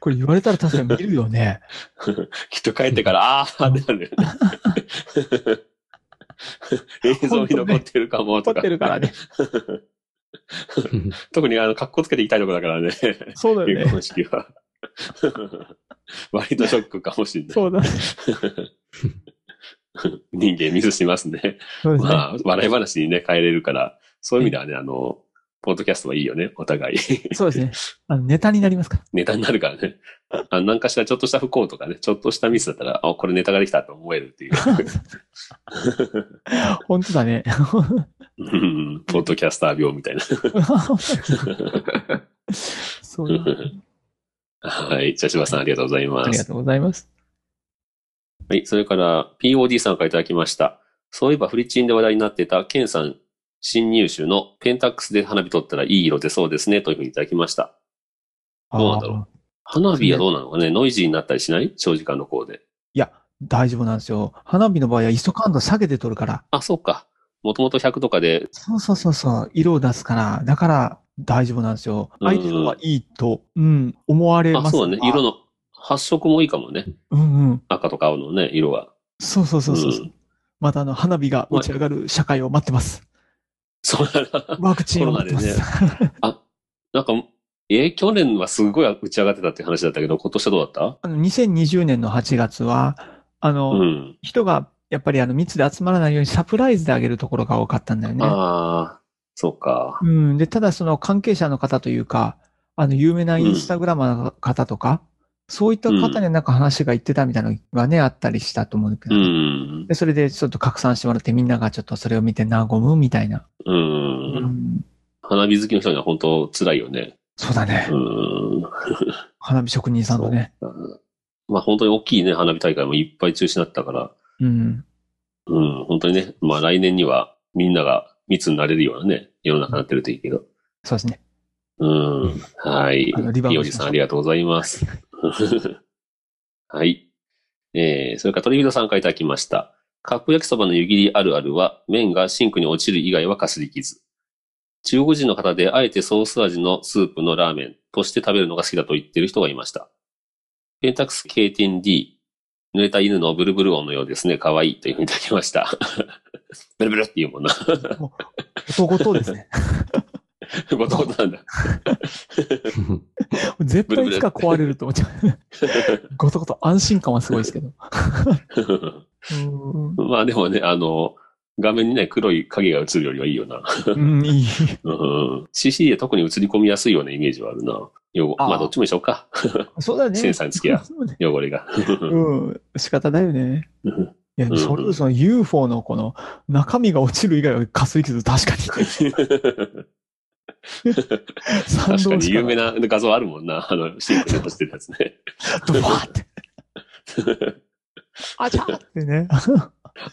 Speaker 3: これ言われたら確かに見るよね。
Speaker 2: きっと帰ってから、あーってなるよね。 映像に残ってるかもと
Speaker 3: 撮っ
Speaker 2: か。
Speaker 3: てるからね。
Speaker 2: 特にあの、格好つけていきたいとこだからね。
Speaker 3: そうだよ
Speaker 2: 結
Speaker 3: ね。
Speaker 2: 婚式は。 割とショックかもしれない。
Speaker 3: そうだね。
Speaker 2: 人間ミスしますね。
Speaker 3: そうですね。
Speaker 2: まあ、笑い話にね、変えれるから、そういう意味ではね、あの、ポッドキャストはいいよね、お互い。
Speaker 3: そうですね。あのネタになりますから。
Speaker 2: ネタになるからね。あなんかしらちょっとした不幸とかね、ちょっとしたミスだったら、あ、これネタができたと思えるっていう。
Speaker 3: 本当だね。
Speaker 2: うんポッドキャスター病みたいな。
Speaker 3: そういう
Speaker 2: はい。じゃあ、柴さんありがとうござい
Speaker 3: あ
Speaker 2: ま
Speaker 3: り
Speaker 2: す
Speaker 3: が。とうございます。
Speaker 2: はい。それから、POD さんからいただきました。そういえば、フリチンで話題になっていた、ケンさん新入手のペンタックスで花火撮ったらいい色出そうですね、というふうにいただきました。どうなんだろ
Speaker 3: あー
Speaker 2: 花火はどうなのかね、ノイジーになったりしない長時間のうで。
Speaker 3: いや、大丈夫なんですよ。花火の場合は ISO 感度下げて撮るから。
Speaker 2: あ、そうか。もともと100とかで、
Speaker 3: そうそうそうそう。色を出すから。だから大丈夫なんですよ。
Speaker 2: うん
Speaker 3: 相手の方がいいと、うん、思われま
Speaker 2: あ、
Speaker 3: す。
Speaker 2: そうだね。色。の発色もいいかもね。
Speaker 3: うんうん。
Speaker 2: 赤とか青のね、色が。
Speaker 3: そうそうそうそう。
Speaker 2: ん
Speaker 3: またあの、花火が打ち上がる社会を待ってます。
Speaker 2: そうだ な。
Speaker 3: ワクチンを待ってます。
Speaker 2: コロあ、なんか、え、去年はすごい打ち上がってたって話だったけど、今年はどうだっ
Speaker 3: あの2020年の8月は、あ
Speaker 2: た
Speaker 3: の、
Speaker 2: うん。
Speaker 3: 人がやっぱりあの密で集まらないようにサプライズであげるところが多かったんだよね。
Speaker 2: ああ、そうか。
Speaker 3: うん。で、ただその関係者の方というか、あの、有名なインスタグラマーの方とか、そういった方になんか話が言ってたみたいなのがね、あったりしたと思うんだけ
Speaker 2: う
Speaker 3: ど、
Speaker 2: ん。
Speaker 3: で、それでちょっと拡散してもらってみんながちょっとそれを見て和むみたいな。
Speaker 2: う。
Speaker 3: うんん
Speaker 2: 花火好きの人には本当辛いよね。
Speaker 3: そうだね
Speaker 2: う。ん。
Speaker 3: 花火職人さんのね。
Speaker 2: まあ本当に大きいね、花火大会もいっぱい中止になったから、
Speaker 3: うん。
Speaker 2: うん、本当にね、まあ来年にはみんなが密になれるようなね、世の中になってるといいけど。
Speaker 3: そうですね。
Speaker 2: うん。はい
Speaker 3: あの。リバウン
Speaker 2: い
Speaker 3: ド
Speaker 2: お
Speaker 3: し
Speaker 2: じ
Speaker 3: ました
Speaker 2: さん、ありがとうございます。 はい。えー、それから鳥人さんからいただきました。カップ焼きそばの湯切りあるあるは、麺がシンクに落ちる以外はかすり傷。中国人の方で、あえてソース味のスープのラーメンとして食べるのが好きだと言ってる人がいました。ペンタックス K10D、濡れた犬のブルブル音のようですね。可愛いというふうにいただきました。 ブルブルって言うもんな。
Speaker 3: 男とですね。
Speaker 2: ごとごとなんだ。
Speaker 3: 絶対いつか壊れると思っちゃう。ごとごと安心感はすごいですけど。う ん。
Speaker 2: まあでもね、あの、画面にね、黒い影が映るよりはいいよな。
Speaker 3: うん、いい。
Speaker 2: うん。CC で特に映り込みやすいようなイメージはあるな。よ
Speaker 3: ああ
Speaker 2: まあどっちも一緒か。
Speaker 3: そうだね。
Speaker 2: センサーに付き合う
Speaker 3: そうね
Speaker 2: 汚れ が。
Speaker 3: うん。仕方だよね。いや
Speaker 2: う、ん
Speaker 3: それその UFO のこの中身が落ちる以外はかすり傷、確かに。賛
Speaker 2: 確か
Speaker 3: 同
Speaker 2: に
Speaker 3: し
Speaker 2: 有名
Speaker 3: な。
Speaker 2: な画像あるもんな。あの、シンクに落ちてるやつね。
Speaker 3: ドバーって。あちゃーってね。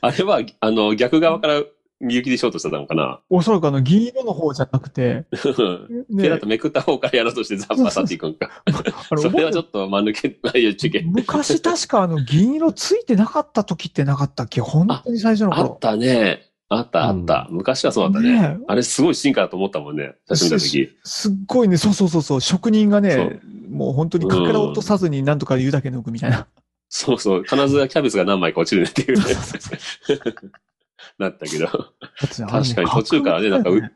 Speaker 2: あれは、あの、逆側から右切りしようとしてたのかな。
Speaker 3: おそらくあの、銀色の方じゃなくて、
Speaker 2: 手だ
Speaker 3: ね
Speaker 2: と、めくった方からやろうとしてザッパ去っていくんか。
Speaker 3: あれ
Speaker 2: それはちょ
Speaker 3: 覚
Speaker 2: っと間抜けないよ、ち
Speaker 3: え
Speaker 2: げ
Speaker 3: てる昔確かあの、銀色ついてなかった時ってなかったっけ本当に最初の
Speaker 2: あっ
Speaker 3: 頃。
Speaker 2: たね。あった、あった。昔はそうだったね。
Speaker 3: ねえ
Speaker 2: あれすごい進化だと思ったもんね。写真見た時。
Speaker 3: すっごいね、そうそうそうそう、職人が
Speaker 2: そ
Speaker 3: ね
Speaker 2: う、
Speaker 3: もう本当にかけら落とさずになんとか言うだけ抜くみた いな。
Speaker 2: そうそう。必ずキャベツが何枚か落ちるねっていうね
Speaker 3: そうそうそ。
Speaker 2: なったけど。
Speaker 3: 確
Speaker 2: 確かに途中からね、なんかう、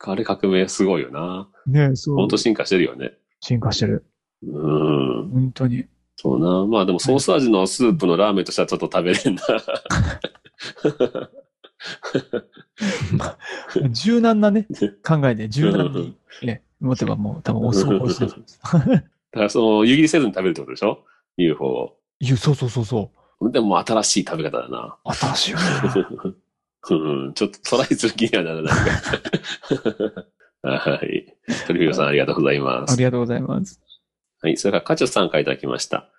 Speaker 2: あれ革命すごいよな。
Speaker 3: ねそう。
Speaker 2: ほんと進化してるよね。
Speaker 3: 進化してる。
Speaker 2: うん。
Speaker 3: 本当に。
Speaker 2: そうな。まあでもソース味のスープのラーメンとしてはちょっと食べれんな。
Speaker 3: 柔 軟なね、考えで柔軟
Speaker 2: うんう
Speaker 3: に、ね、持てばもう多分おすごくおいしいと思います。
Speaker 2: だからその、湯切りせずに食べるってことでしょ ?UFO を。
Speaker 3: いや、そうそうそうそ
Speaker 2: でも新しい食べ方だな。
Speaker 3: う。新しい よね。
Speaker 2: うん。ちょっとトライする気にはならない。はい。トリフィーさんありがとうございま
Speaker 3: あ
Speaker 2: す。
Speaker 3: りがとうございます。
Speaker 2: はい。それから、カチョさんからいただきました。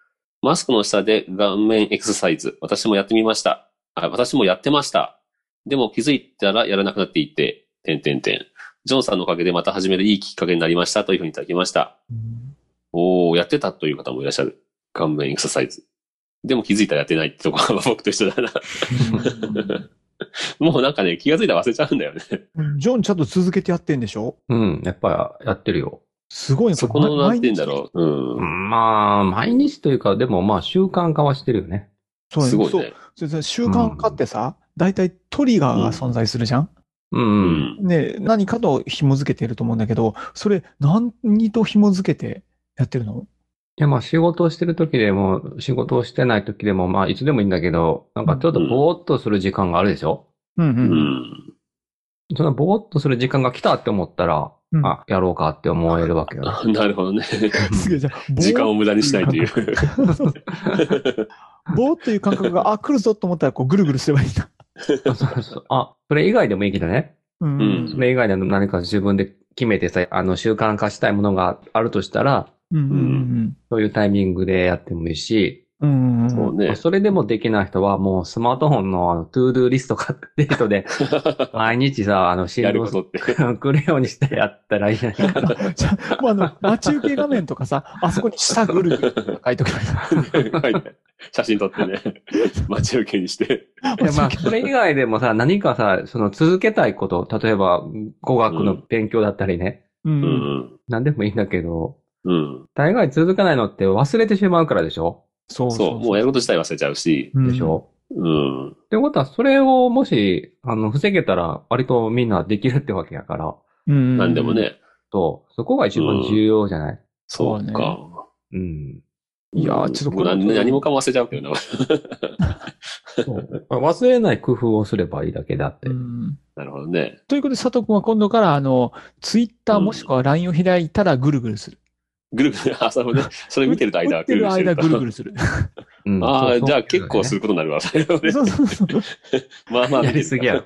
Speaker 2: マスクの下で顔面エクササイズ。私もやってみました。あ、私もやってました。でも気づいたらやらなくなっていて、てんてんてん。ジョンさんのおかげでまた始めるいいきっかけになりましたというふうにいただきました。おー、やってたという方もいらっしゃる。顔面エクササイズ。でも気づいたらやってないってところが 僕と一緒だな。もうなんかね、気がついたら忘れちゃうんだよね。
Speaker 3: うんジョンちゃんと続けてやってんでしょ
Speaker 4: うん、やっぱやってるよ。
Speaker 3: すごいね。
Speaker 2: そこの、なん
Speaker 3: 毎
Speaker 2: て
Speaker 3: 日
Speaker 2: 言うんだろう。
Speaker 4: う
Speaker 2: うん
Speaker 4: まあ、毎日というか、でもまあ習慣化はしてるよね。
Speaker 3: そ
Speaker 2: ん。
Speaker 3: う
Speaker 2: すごい
Speaker 3: そう
Speaker 2: ね。
Speaker 3: それさ習慣化ってさ、大体トリガーが存在するじゃん、
Speaker 4: う
Speaker 2: う
Speaker 4: んうん。
Speaker 2: ん。
Speaker 3: ね、何かと紐づけてると思うんだけど、それ何と紐づけてやってるの
Speaker 4: いや、まあ仕事をしてる時でも、仕事をしてない時でも、まあいつでもいいんだけど、なんかちょっとぼーっとする時間があるでしょ、
Speaker 3: うんう。
Speaker 2: うんん。
Speaker 4: そのぼーっとする時間が来たって思ったら、
Speaker 3: うん
Speaker 4: あ、やろうかって思えるわ けよ。
Speaker 2: あなるほど ね。
Speaker 3: すげえ、じゃあ、ぼー
Speaker 2: 時間 を無駄にしないという。
Speaker 3: ぼーっていう感覚が、あ、来るぞと思ったら、こう、ぐるぐるすればいいんだ。
Speaker 4: そうそうそうあ、それ以外でもいいけどね。
Speaker 3: うん。
Speaker 2: うん
Speaker 4: それ以外でも何か自分で決めてさ、あの、習慣化したいものがあるとしたら、
Speaker 3: うん。うん。
Speaker 4: そういうタイミングでやってもいいし、
Speaker 3: うん。うん。
Speaker 2: そうね。
Speaker 4: それでもできない人はもうスマートフォンのあのトゥードゥーリストかっていう 人で、毎日さ、あの、新
Speaker 2: やる
Speaker 4: 聞
Speaker 2: ことって。
Speaker 4: くれようにしてやったらい いじゃないか。
Speaker 3: じゃあ、もうあの、待ち受け画面とかさ、あそこに下ぐるぐる書いとけばいいんだ。
Speaker 2: はい写真撮ってね。待ち受けにして。
Speaker 4: いやまあ、それ以外でもさ、何かさ、その続けたいこと、例えば語学の勉強だったりね、
Speaker 3: う。
Speaker 2: うんん。
Speaker 4: 何でもいいんだけど、
Speaker 2: うん。
Speaker 4: 大概続かないのって忘れてしまうからでしょ
Speaker 3: そう
Speaker 2: そう。もうやること自体忘れちゃうし。
Speaker 3: う
Speaker 4: でし
Speaker 3: ん
Speaker 4: ょ、
Speaker 2: うん。
Speaker 4: ってことは、それをもし、あの、防げたら、割とみんなできるってわけやから、
Speaker 3: うん。
Speaker 2: なんでも。ね。
Speaker 4: と、そこが一番重要じゃない、
Speaker 2: そ
Speaker 3: そう
Speaker 2: う
Speaker 3: ね
Speaker 2: か。
Speaker 4: うん。
Speaker 3: いやーちょっとこ
Speaker 2: こ
Speaker 3: れ
Speaker 2: れ。何もかも忘れちゃうけどな。
Speaker 4: そう忘れない工夫をすればいいだけ だって。
Speaker 3: うん
Speaker 2: なるほどね。
Speaker 3: ということで、佐藤君は今度から、あの、ツイッターもしくは LINE を開いたらぐるぐるする。
Speaker 2: ぐるぐる、あ、それね。それ見てると間
Speaker 3: 打
Speaker 2: は
Speaker 3: っ
Speaker 2: ぐ
Speaker 3: て
Speaker 2: るぐ
Speaker 3: る
Speaker 2: るして
Speaker 3: 間
Speaker 2: る
Speaker 3: ぐるぐ
Speaker 2: か
Speaker 3: る する。
Speaker 4: うん
Speaker 2: ら。ああ、じゃあ結構す
Speaker 4: る。
Speaker 2: ることになるわ。それはね
Speaker 3: そうそうそう。
Speaker 2: まあまあ。
Speaker 4: やりすぎや。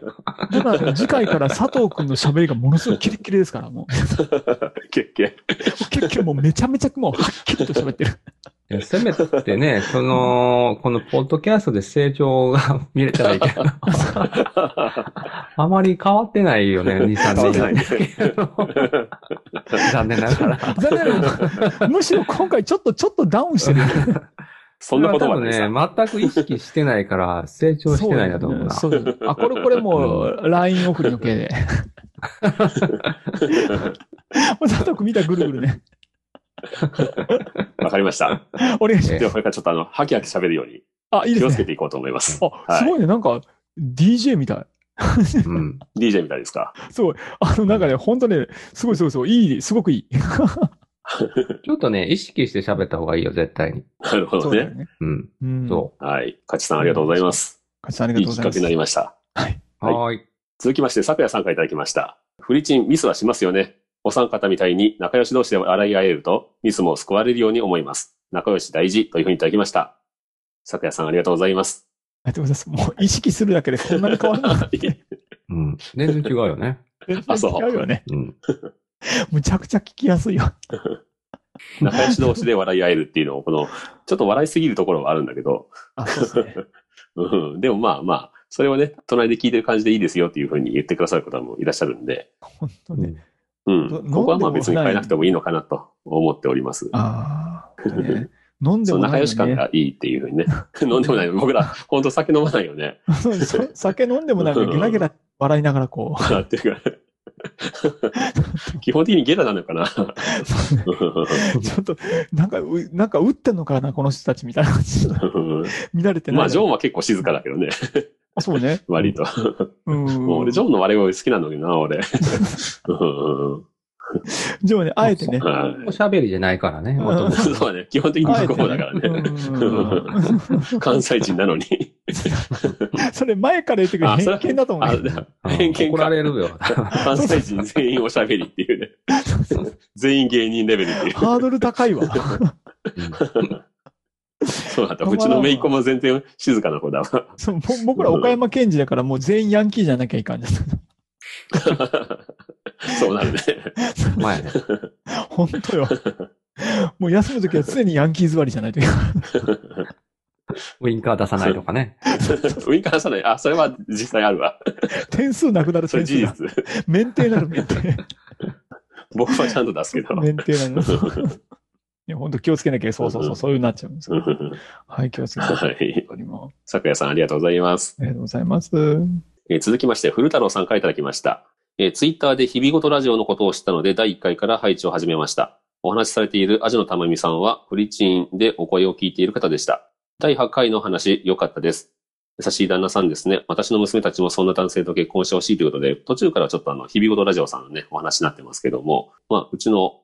Speaker 3: だから、次回から佐藤君の喋りがものすごいキレッキレですから、もう。
Speaker 2: けっけ。
Speaker 3: 結局もうめちゃめちゃもうはっきりと喋ってる。
Speaker 4: いやせめて ね、その、このポッドキャストで成長が見れたらいいけ ど、あまり変わってないよね、2、3
Speaker 2: 変わって
Speaker 4: 年。残念ながら。
Speaker 3: 残念ながらむしろ今回ちょっと、ちょっとダウンしてる。
Speaker 2: そんなことま
Speaker 4: 多分
Speaker 2: でさ。
Speaker 4: ね、全く意識してないから、成長してないんだと思うな。
Speaker 3: そうですねそうですあ、これ、これもう、LINE 送りの 系で。もう佐藤君見たらぐるぐるね。
Speaker 2: わかりました。
Speaker 3: お願いします。
Speaker 2: ではこれからちょっとあの、ハキハキ喋るように
Speaker 3: あ、いい
Speaker 2: 気
Speaker 3: です
Speaker 2: をつ
Speaker 3: ね
Speaker 2: け。ていこうと思います。
Speaker 3: あ、すごいね。なんか、DJ みたい。
Speaker 4: うん。
Speaker 2: DJ みたいですか。
Speaker 3: すごい。あの、なんかね、ほんとね、すごいすごいすごい、いい、すごくいい。
Speaker 4: ちょっとね、意識して喋った方がいいよ、絶対に。
Speaker 2: なるほど
Speaker 3: だよ
Speaker 2: ね。
Speaker 3: ね。
Speaker 4: うん。
Speaker 3: うん。
Speaker 4: そ
Speaker 2: はい。勝ちさんありがとうございます。
Speaker 3: う。さんありが
Speaker 2: い
Speaker 3: と
Speaker 2: いうきっ
Speaker 3: ござい
Speaker 2: か
Speaker 3: ま
Speaker 2: け
Speaker 3: す。
Speaker 2: になりました。
Speaker 4: う。
Speaker 2: はい
Speaker 4: はい。
Speaker 2: 続きまして、昨夜さんからいただきました。フリチン、ミスはしますよね。お三方みたいに仲良し同士で笑い合えると、ミスも救われるように思います。仲良し大事というふうにいただきました。昨夜さんありがとうございます。
Speaker 3: ありがとうございます。もう、意識するだけでこんなに変わるの
Speaker 4: うん。全然違うよね。
Speaker 3: 全
Speaker 2: あ
Speaker 3: 然
Speaker 2: そう
Speaker 3: 違うよね。
Speaker 4: うん。
Speaker 3: むちゃくちゃ聞きやすいよ。
Speaker 2: 仲良し同士で笑い合えるっていうのを、この、ちょっと笑いすぎるところはあるんだけど、
Speaker 3: あ、そうですね。
Speaker 2: うん、でもまあまあ、それをね、隣で聞いてる感じでいいですよっていうふうに言ってくださる方もいらっしゃるんで、
Speaker 3: 本当ね。
Speaker 2: うん
Speaker 3: ど、
Speaker 2: ここはまあ別に
Speaker 3: 飲んでもな
Speaker 2: 変
Speaker 3: い
Speaker 2: えなくてもいいのかなと思っております。
Speaker 3: ああ、本当ね飲んで
Speaker 2: そう、
Speaker 3: もな
Speaker 2: 仲
Speaker 3: い
Speaker 2: 良し
Speaker 3: の
Speaker 2: 感
Speaker 3: にね。
Speaker 2: がいいっていうふうにね。 飲んでも ない。僕ら、ほんと酒飲まないよね。
Speaker 3: そうそう酒飲んでもないのにゲラゲラ笑いながらこ
Speaker 2: 笑ってるから。 基本的にゲラなのかな。
Speaker 3: う、ちょっと、なんか、うなんか打ってんのかな、この人たちみたいな感じ。見られてない。
Speaker 2: まあ、ジョンは結構静かだけどね。
Speaker 3: あそうね。
Speaker 2: 割と。
Speaker 3: うん。
Speaker 2: もう俺、ジョンの笑い声好きなんだけどな、俺。
Speaker 3: ジョンはね、あえてね。
Speaker 2: はい
Speaker 4: おしゃべりじゃないからね、もと もと
Speaker 2: そうだね。基本的に
Speaker 3: あえて
Speaker 2: 向こうだからね。
Speaker 3: うん
Speaker 2: 関西人なのに。
Speaker 3: それ前から言ってくる
Speaker 2: あそれ
Speaker 3: 偏見だと思う
Speaker 2: あ
Speaker 3: ね。
Speaker 2: 偏見か
Speaker 4: 怒られるよ。
Speaker 2: 関西人全員おしゃべりっていうね。全員芸人レベルっていう。
Speaker 3: ハードル高い わ。
Speaker 2: そうなんだ。うちのめいっ子も全然静かな子だわ。
Speaker 3: そうぼ僕ら岡山県人だからもう全員ヤンキーじゃなきゃいかんじゃ
Speaker 2: そうなるね。
Speaker 4: うん前ね。
Speaker 3: ん。本当よ。もう休むときは常にヤンキー座りじゃないとい けない。
Speaker 4: ウインカー出さないとかね。
Speaker 2: ウインカー出さない。あ、それは実際あるわ。
Speaker 3: 点数なくなる
Speaker 2: それ
Speaker 3: 点
Speaker 2: 事
Speaker 3: 数が。
Speaker 2: 実。
Speaker 3: 免 停なる免停。
Speaker 2: 僕はちゃんと出すけど。
Speaker 3: 免停なの。いや、本当気をつけなきゃ、そうそうそう、そういうなっちゃうんですよ。
Speaker 2: は
Speaker 3: はい、気をつけて。あ
Speaker 2: い。
Speaker 3: りが
Speaker 2: 桜井さんありがとうございます。
Speaker 3: とうございます。あ
Speaker 2: えー続きまして、古太郎さんからいただきました。えー、ツイッターで日々ごとラジオのことを知ったので、第1回から配置を始めました。お話しされているアジノたまみさんは、フリチンでお声を聞いている方でした。第8回の話、良かったです。優しい旦那さんですね。私の娘たちもそんな男性と結婚してほしいということで、途中からちょっとあの、日々ごとラジオさんのね、お話になってますけども、まあ、うちの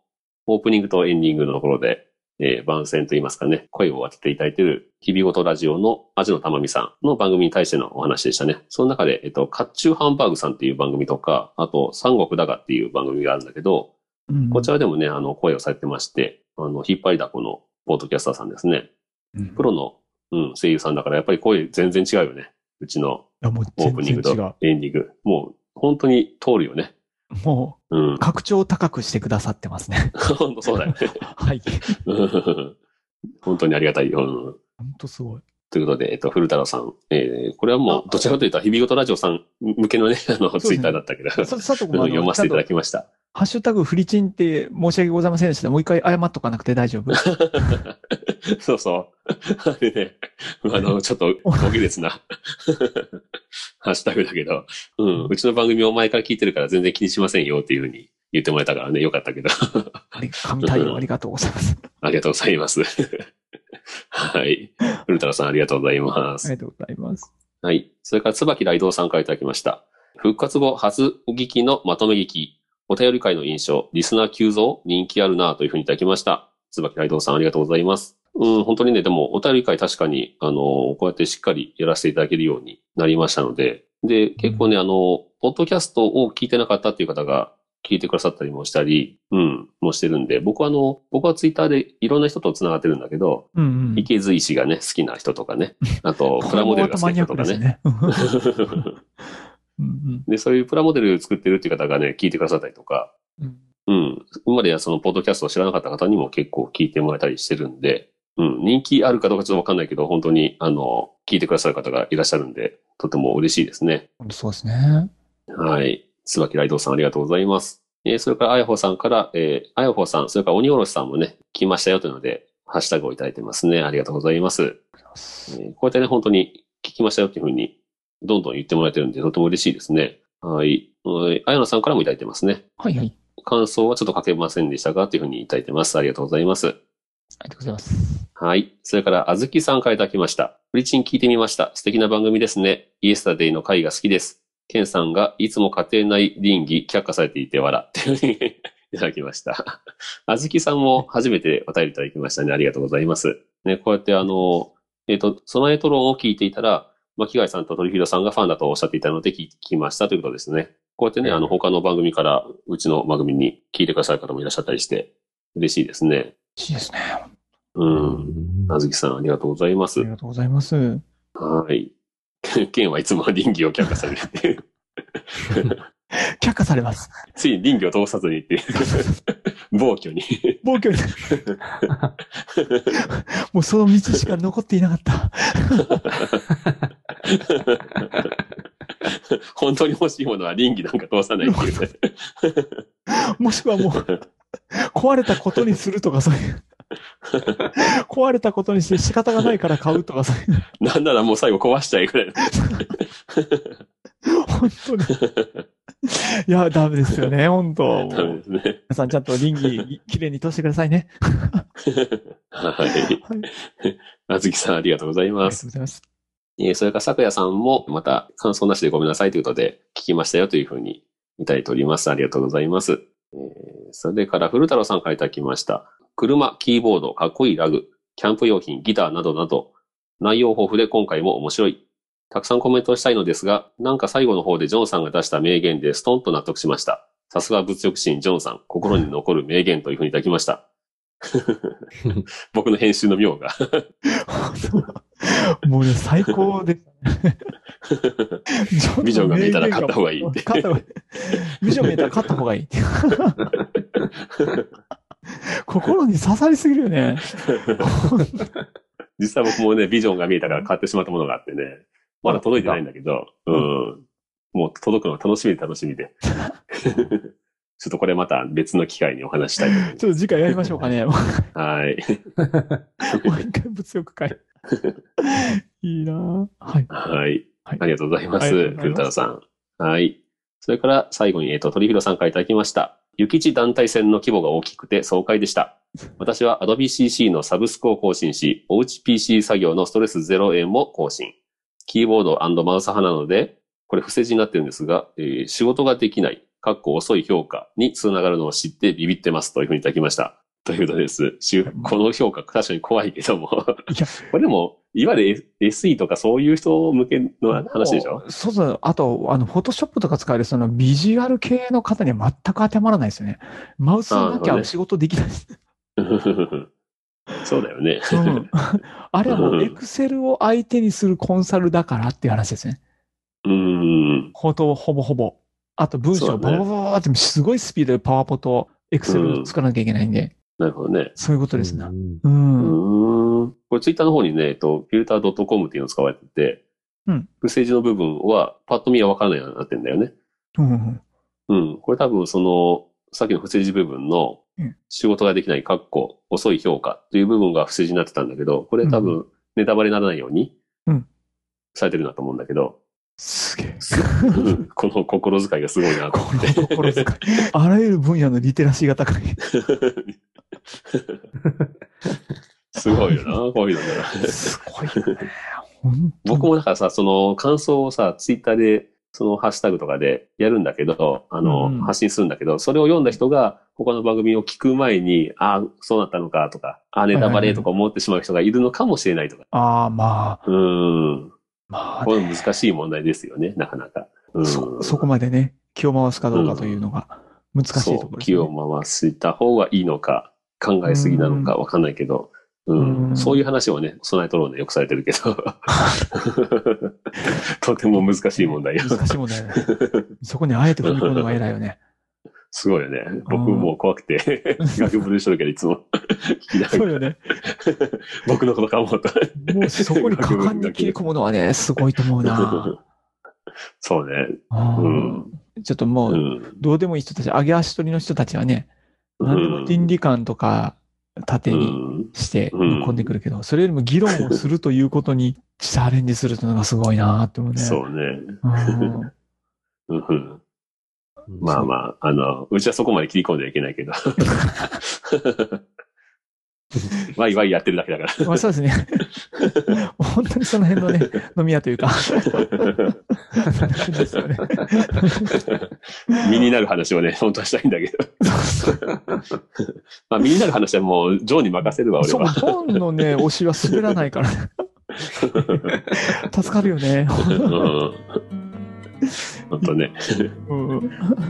Speaker 2: オープニングとエンディングのところで、えー番宣といいますかね、声を当てていただいている日々ごとラジオの味野たまみさんの番組に対してのお話でしたね。その中で、えっと、甲冑ハンバーグさんっていう番組とか、あと、三国だがっていう番組があるんだけど、
Speaker 3: うん
Speaker 2: こちらでもね、あの、声をされてまして、あの、引っ張りだこのポートキャスターさんですね。
Speaker 4: うん
Speaker 2: プロの、うん、声優さんだから、やっぱり声全然違うよね。うちの
Speaker 3: いやもう
Speaker 2: オ
Speaker 3: 全
Speaker 2: ープニング
Speaker 3: 然違う
Speaker 2: と。エンディング。もう、本当に通るよね。
Speaker 3: も
Speaker 2: うん
Speaker 3: う、。拡張高くしてくださってますね。
Speaker 2: 本当そうだよね。
Speaker 3: はい。
Speaker 2: うん本当にありがたいよ。うん
Speaker 3: ほんとすごい。
Speaker 2: ということで、えっと、古太郎さん。えーこれはもう、どちらかというと、日々ごとラジオさん向けのね、 あの、
Speaker 3: すね
Speaker 2: ツイッターだったけど、うん
Speaker 3: さ佐藤君もあ
Speaker 2: 読
Speaker 3: の
Speaker 2: ま
Speaker 3: ち
Speaker 2: せ
Speaker 3: ゃ
Speaker 2: て
Speaker 3: ん
Speaker 2: いた
Speaker 3: と
Speaker 2: だきました。
Speaker 3: ハッシュタグフリチンって申し訳ございませんでした。もう一回謝っとかなくて大丈 夫。
Speaker 2: そう そう。あれね、あの、ちょっと、大きですな。 ハッシュタグだけど、うん、うちの番組を前から聞いてるから全然気にしませんよっていうふうに言ってもらえたからね、よかったけど。
Speaker 3: あれ神対応ありがとうございます。
Speaker 2: ありがとうございます。 はい。古太郎さん、ありがとうございま
Speaker 3: あ
Speaker 2: す
Speaker 3: り。がとうございます。
Speaker 2: はい。それから、椿雷道さんからいただきました。復活後、初お聞きのまとめ劇、お便り会の印象、リスナー急増、人気あるなというふうにいただきました。椿雷道さん、ありがとうございます。うん、本当にね、でも、お便り会確かに、あの、こうやってしっかりやらせていただけるようになりましたので、で、結構ね、あの、ポッドキャストを聞いてなかったっていう方が、聞いてくださったりもしたり、うん、もしてるんで、僕はあの、僕はツイッターでいろんな人と繋がってるんだけど、
Speaker 3: うんうん。
Speaker 2: 池津石がね、好きな人とかね、あ と、プラモデルが好きな人とかね、
Speaker 3: これもまたマニアックですね。うんうん
Speaker 2: で、そういうプラモデル作ってるっていう方がね、聞いてくださったりとか、
Speaker 3: うん
Speaker 2: うん。今まではそのポッドキャストを知らなかった方にも結構聞いてもらえたりしてるんで、うん。人気あるかどうかちょっとわかんないけど、本当に、あの、聞いてくださる方がいらっしゃるんで、とても嬉しいですね。
Speaker 3: 本当そうですね。
Speaker 2: はい。椿ライドさんありがとうございます。えーそれから、あやほさんから、えー、あやほさん、それから鬼おろしさんもね、来ましたよというので、ハッシュタグをいただいてますね。ありがとうございます。えーこうやってね、本当に聞きましたよっていうふうに、どんどん言ってもらえてるんで、とても嬉しいですね。はい。はいあやのさんからもいただいてますね。
Speaker 3: はいはい。
Speaker 2: 感想はちょっと書けませんでしたが、というふうにいただいてます。ありがとうございます。
Speaker 3: ありがとうございます。
Speaker 2: はい。それから、あずきさんからいただきました。フリチン聞いてみました。素敵な番組ですね。イエスタデイの回が好きです。ケンさんがいつも家庭内倫理却下されていて笑っていうふうにいただきました。あずきさんも初めてお便りいただきましたね。ありがとうございます。ね、こうやってあの、えっ、と、備えトロンを聞いていたら、巻貝さんと鳥広さんがファンだとおっしゃっていたので聞きましたということですね。こうやってね、あの、他の番組から、うちの番組に聞いてくださる方もいらっしゃったりして、嬉しいですね。
Speaker 3: 嬉しいですね。あ
Speaker 2: うん。あずきさん、ありがとうございます
Speaker 3: り。がとうございます。
Speaker 2: はい。 県はいつも倫理を却下されるっていう。
Speaker 3: 却下されます。
Speaker 2: ついに倫理を通さずにっていう。 暴挙に。
Speaker 3: 暴挙に。 もうその道しか残っていなかった。
Speaker 2: 本当に欲しいものは倫理なんか通さないっていうね。
Speaker 3: もしくはもう、壊れたことにするとかそういう。壊れたことにして仕方がないから買うとかそういう。
Speaker 2: なんならもう最後壊しちゃえぐらいの。
Speaker 3: 本当に。いや、ダメですよね、本当。
Speaker 2: ダメ
Speaker 3: 皆
Speaker 2: ですね。
Speaker 3: さんちゃんと倫理、きれいに通してくださいね。
Speaker 2: はい
Speaker 3: はい。
Speaker 2: あずきさん、ありがとうござい
Speaker 3: あり
Speaker 2: ま
Speaker 3: がと
Speaker 2: す。
Speaker 3: うございます。
Speaker 2: えーそれから、さくやさんも、また、感想なしでごめんなさいということで、聞きましたよというふうに、いただいております。ありがとうございます。えーそれから、古太郎さんからいただきました。車、キーボード、かっこいいラグ、キャンプ用品、ギターなどなど、内容豊富で今回も面白い。たくさんコメントをしたいのですが、なんか最後の方でジョンさんが出した名言でストンと納得しました。さすが物欲心ジョンさん、心に残る名言というふうにいただきました。 僕の編集の妙が。
Speaker 3: もうね、最 高で。
Speaker 2: ビジョンが見えたら買った方がいい。
Speaker 3: 勝った方がいい。ビジョン見えたら勝った方がいい。 心に刺さりすぎるよね。
Speaker 2: 実際僕もね、ビジョンが見えたから買ってしまったものがあってね、まだ届いてないんだけど、うん。もう届くのが楽しみで楽しみで。 ちょっとこれまた別の機会にお話ししたいと思いま
Speaker 3: ちょっと次回やりましょうかね。も
Speaker 2: す。はい。
Speaker 3: う一回物欲会。いいなぁはい。
Speaker 2: はい。
Speaker 3: はい
Speaker 2: ありがとうございま
Speaker 3: あ
Speaker 2: す。
Speaker 3: りがと
Speaker 2: 古
Speaker 3: うございます
Speaker 2: 太郎さん。はい。それから最後に、えっ、と、鳥広さんからいただきました。諭吉団体戦の規模が大きくて爽快でした。私は Adobe CC のサブスクを更新し、おうち PC 作業のストレス0円も更新。キーボードマウス派なので、これ伏せ字になってるんですが、えー仕事ができない、かっこ遅い評価につながるのを知ってビビってますというふうに いただきました。ということです。しゅこの評価、確かに怖いけども。
Speaker 3: いや
Speaker 2: これでも、いわゆる SE とかそういう人向けの話でしょ
Speaker 3: もうそうそう。あと、あの、フォトショップとか使える、そのビジュアル系の方には全く当てはまらないですよね。マウスなき
Speaker 2: あーね
Speaker 3: ゃ仕事できない。
Speaker 2: そうだよね。
Speaker 3: うん、 あれはも
Speaker 2: うん
Speaker 3: う、エクセルを相手にするコンサルだからっていう話ですね。
Speaker 2: うん。
Speaker 3: ほと、ほぼほぼ。あと、文章
Speaker 2: そ
Speaker 3: を
Speaker 2: う
Speaker 3: バ
Speaker 2: だね
Speaker 3: ババババって、すごいスピードでパワポとエクセル作らなきゃいけないんで、
Speaker 2: なるほどね。
Speaker 3: そういうことですね。
Speaker 4: うん
Speaker 3: うん。
Speaker 2: うん。これツイッターの方にね、えっと、フィルター .com っていうのを使われてて、
Speaker 3: うん。
Speaker 2: 政治の部分は、パッと見は分からないようになってんだよね。
Speaker 3: うん。
Speaker 2: うん。これ多分その、さっきの不正字部分の
Speaker 3: うん、
Speaker 2: 仕事ができない、かっこ、遅い評価という部分が不正字になってたんだけど、これ多分ネタバレにならないように
Speaker 3: うん、
Speaker 2: されてるなと思うんだけど、
Speaker 3: すげえ。
Speaker 2: うんこの心遣いがすごいな と思
Speaker 3: この心遣い。あらゆる分野のリテラシーが高い。
Speaker 2: って。すごいよな、こういうのね。
Speaker 3: すごいよね。本当に
Speaker 2: 僕もだからさ、その感想をさ、ツイッターで、そのハッシュタグとかでやるんだけど、あの、
Speaker 3: うん
Speaker 2: 発信するんだけど、それを読んだ人が他の番組を聞く前に、ああ、そうなったのかとか、ああ、ネタバレとか思ってしまう人がいるのかもしれないとか。
Speaker 3: ああ、まあ、
Speaker 2: うーん。
Speaker 3: まあ
Speaker 2: こ
Speaker 3: ね、
Speaker 2: れも難しい問題ですよね、なかなか。うん。
Speaker 3: そ、そこまでね、気を回すかどうかというのが難しいとこ
Speaker 2: そう
Speaker 3: ろです
Speaker 2: 気
Speaker 3: ね。
Speaker 2: を回した方がいいのか、考えすぎなのかわかんないけど、うん
Speaker 3: うん
Speaker 2: そういう話をね、備えとろうね、よくされてるけ ど。 とても難しい問題よ。
Speaker 3: 難しい 問題だね。そこにあえて踏み込むのが偉いよね。
Speaker 2: すごいよね。僕
Speaker 3: うん
Speaker 2: もう怖くて、 学部でしとるけど、いつも 聞きな
Speaker 3: そ
Speaker 2: が
Speaker 3: う
Speaker 2: ら、
Speaker 3: よね。
Speaker 2: 僕のことかもと。
Speaker 3: もうそこに果敢に切り込むのは ね、すごいと思うな。
Speaker 2: そうね。
Speaker 3: あー
Speaker 2: うん
Speaker 3: ちょっとも
Speaker 2: う
Speaker 3: う、
Speaker 2: ん。
Speaker 3: どうでもいい人たち、上げ足取りの人たちはね、何でも倫理観とか
Speaker 2: う
Speaker 3: 縦に
Speaker 2: ん
Speaker 3: して
Speaker 2: うん
Speaker 3: ぶっ込んでくるけど、それよりも議論をするということにチャレンジするというのがすごいなって思うね。
Speaker 2: そうね。
Speaker 3: うん。
Speaker 2: うんうんまあまあ、あの、うちはそこまで切り込んではいけないけ ど。ワイワイやってるだけだ か
Speaker 3: まあそうです ね。本当にその辺のね、飲み屋 というか、ですよね。
Speaker 2: ら。身になる話をね、本当はしたいんだけど。 まあ、身になる話はもう、ジョーに任せるわ、俺
Speaker 3: そう、
Speaker 2: は。
Speaker 3: 本の ね、推しは滑らないからね。助かるよね。
Speaker 2: うん本当ね。
Speaker 3: うん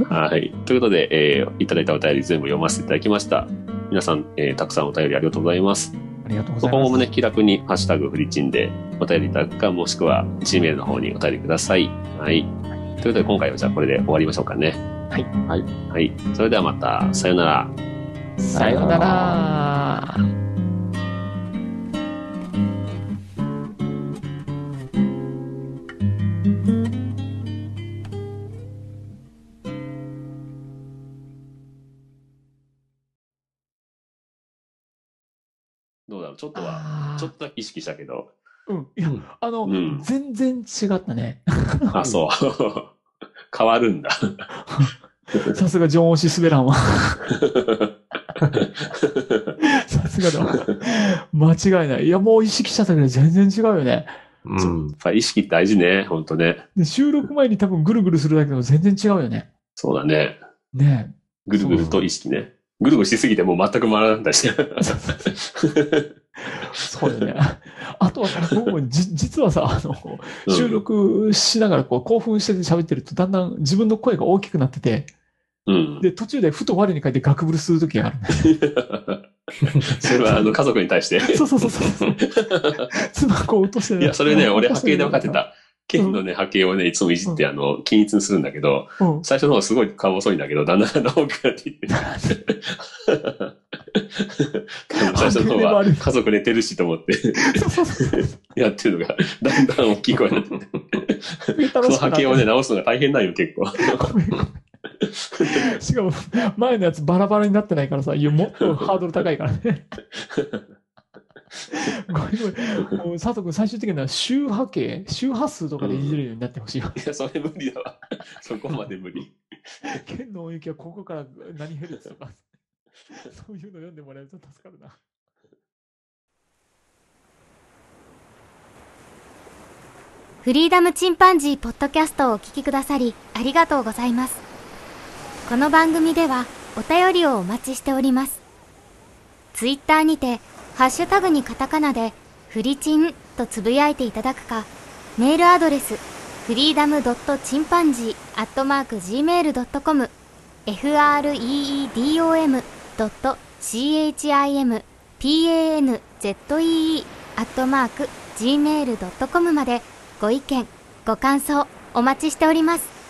Speaker 2: はい。ということで、えーいただいたお便り全部読ませていただきました。皆さん、えーたくさんお便りありがとうございます。
Speaker 3: ありがとうござい
Speaker 2: 今
Speaker 3: ま
Speaker 2: 後も
Speaker 3: す。
Speaker 2: ね、気楽にハッシュタグフリチンでお便りいただくか、もしくは G メールの方にお便りください。はい。ということで、今回はじゃあこれで終わりましょうかね。
Speaker 3: はい
Speaker 4: はい。
Speaker 2: はい。それではまた、さよなら。
Speaker 3: さようなら。
Speaker 2: どうだろうちょっとは、ちょっとだけ意識したけど。
Speaker 3: うん。いや、あの、
Speaker 2: うん
Speaker 3: 全然違ったね。
Speaker 2: あ、そう。 変わるんだ。
Speaker 3: さすがジョン・オシスベラ ンは。さすがだわ。間違いない。いや、もう意識しちゃったけど全然違うよね。
Speaker 4: うん。
Speaker 2: さ意識大事ね、ほんとね。
Speaker 3: で収録前に多分ぐるぐるするだけでも全然違うよね。
Speaker 2: そうだね。
Speaker 3: ね
Speaker 2: ぐるぐると意識ね。ぐるぐるしすぎてもう全く回らなかったし。
Speaker 3: え。そう だよね。あとは、僕もじ、実はさ、あの、収録しながらこう興奮して喋ってるとだんだん自分の声が大きくなってて、
Speaker 2: うん。
Speaker 3: で、途中でふと我に返ってガクブルする時がある。
Speaker 2: それはあの家族に 対して。
Speaker 3: そうそうそうそう。妻こう落として
Speaker 2: いや、それね、俺波形で分かって。た。剣
Speaker 3: ん
Speaker 2: のね、波形をね、いつもいじって、あの、均一にするんだけど、
Speaker 3: うん。
Speaker 2: 最初の方すごい顔細いんだけど、だんだんあの大きくなっていって。 多分最初の方は家族寝てるしと思って
Speaker 3: そうそうそう。
Speaker 2: やってるのが、だんだん大きい声に なってて。そ
Speaker 3: 楽
Speaker 2: の
Speaker 3: しく
Speaker 2: 波
Speaker 3: なって
Speaker 2: 形をね、直すのが大変なんよ、結構。
Speaker 3: ごめんごめんしかも、前のやつバラバラになってないからさ、いや、もっとハードル高いか らね。ごめんごめん。もう佐藤君、最終的には周波形、周波数とかでいじるようになってほしいわ。
Speaker 2: いや、それ無理だわ。そこまで無理。
Speaker 3: 県の大雪はここから何ヘルツとか、そういうの読んでもらえると助かるな。
Speaker 1: フリーダムチンパンジーポッドキャストをお聞きくださりありがとうございます。この番組ではお便りをお待ちしております。ツイッターにて、ハッシュタグにカタカナで、フリチンととつぶやいていただくか、メールアドレス、freedom.chimpanzee.gmail.com、freedom.chimpanzee.gmail.com までご意見、ご感想、お待ちしております。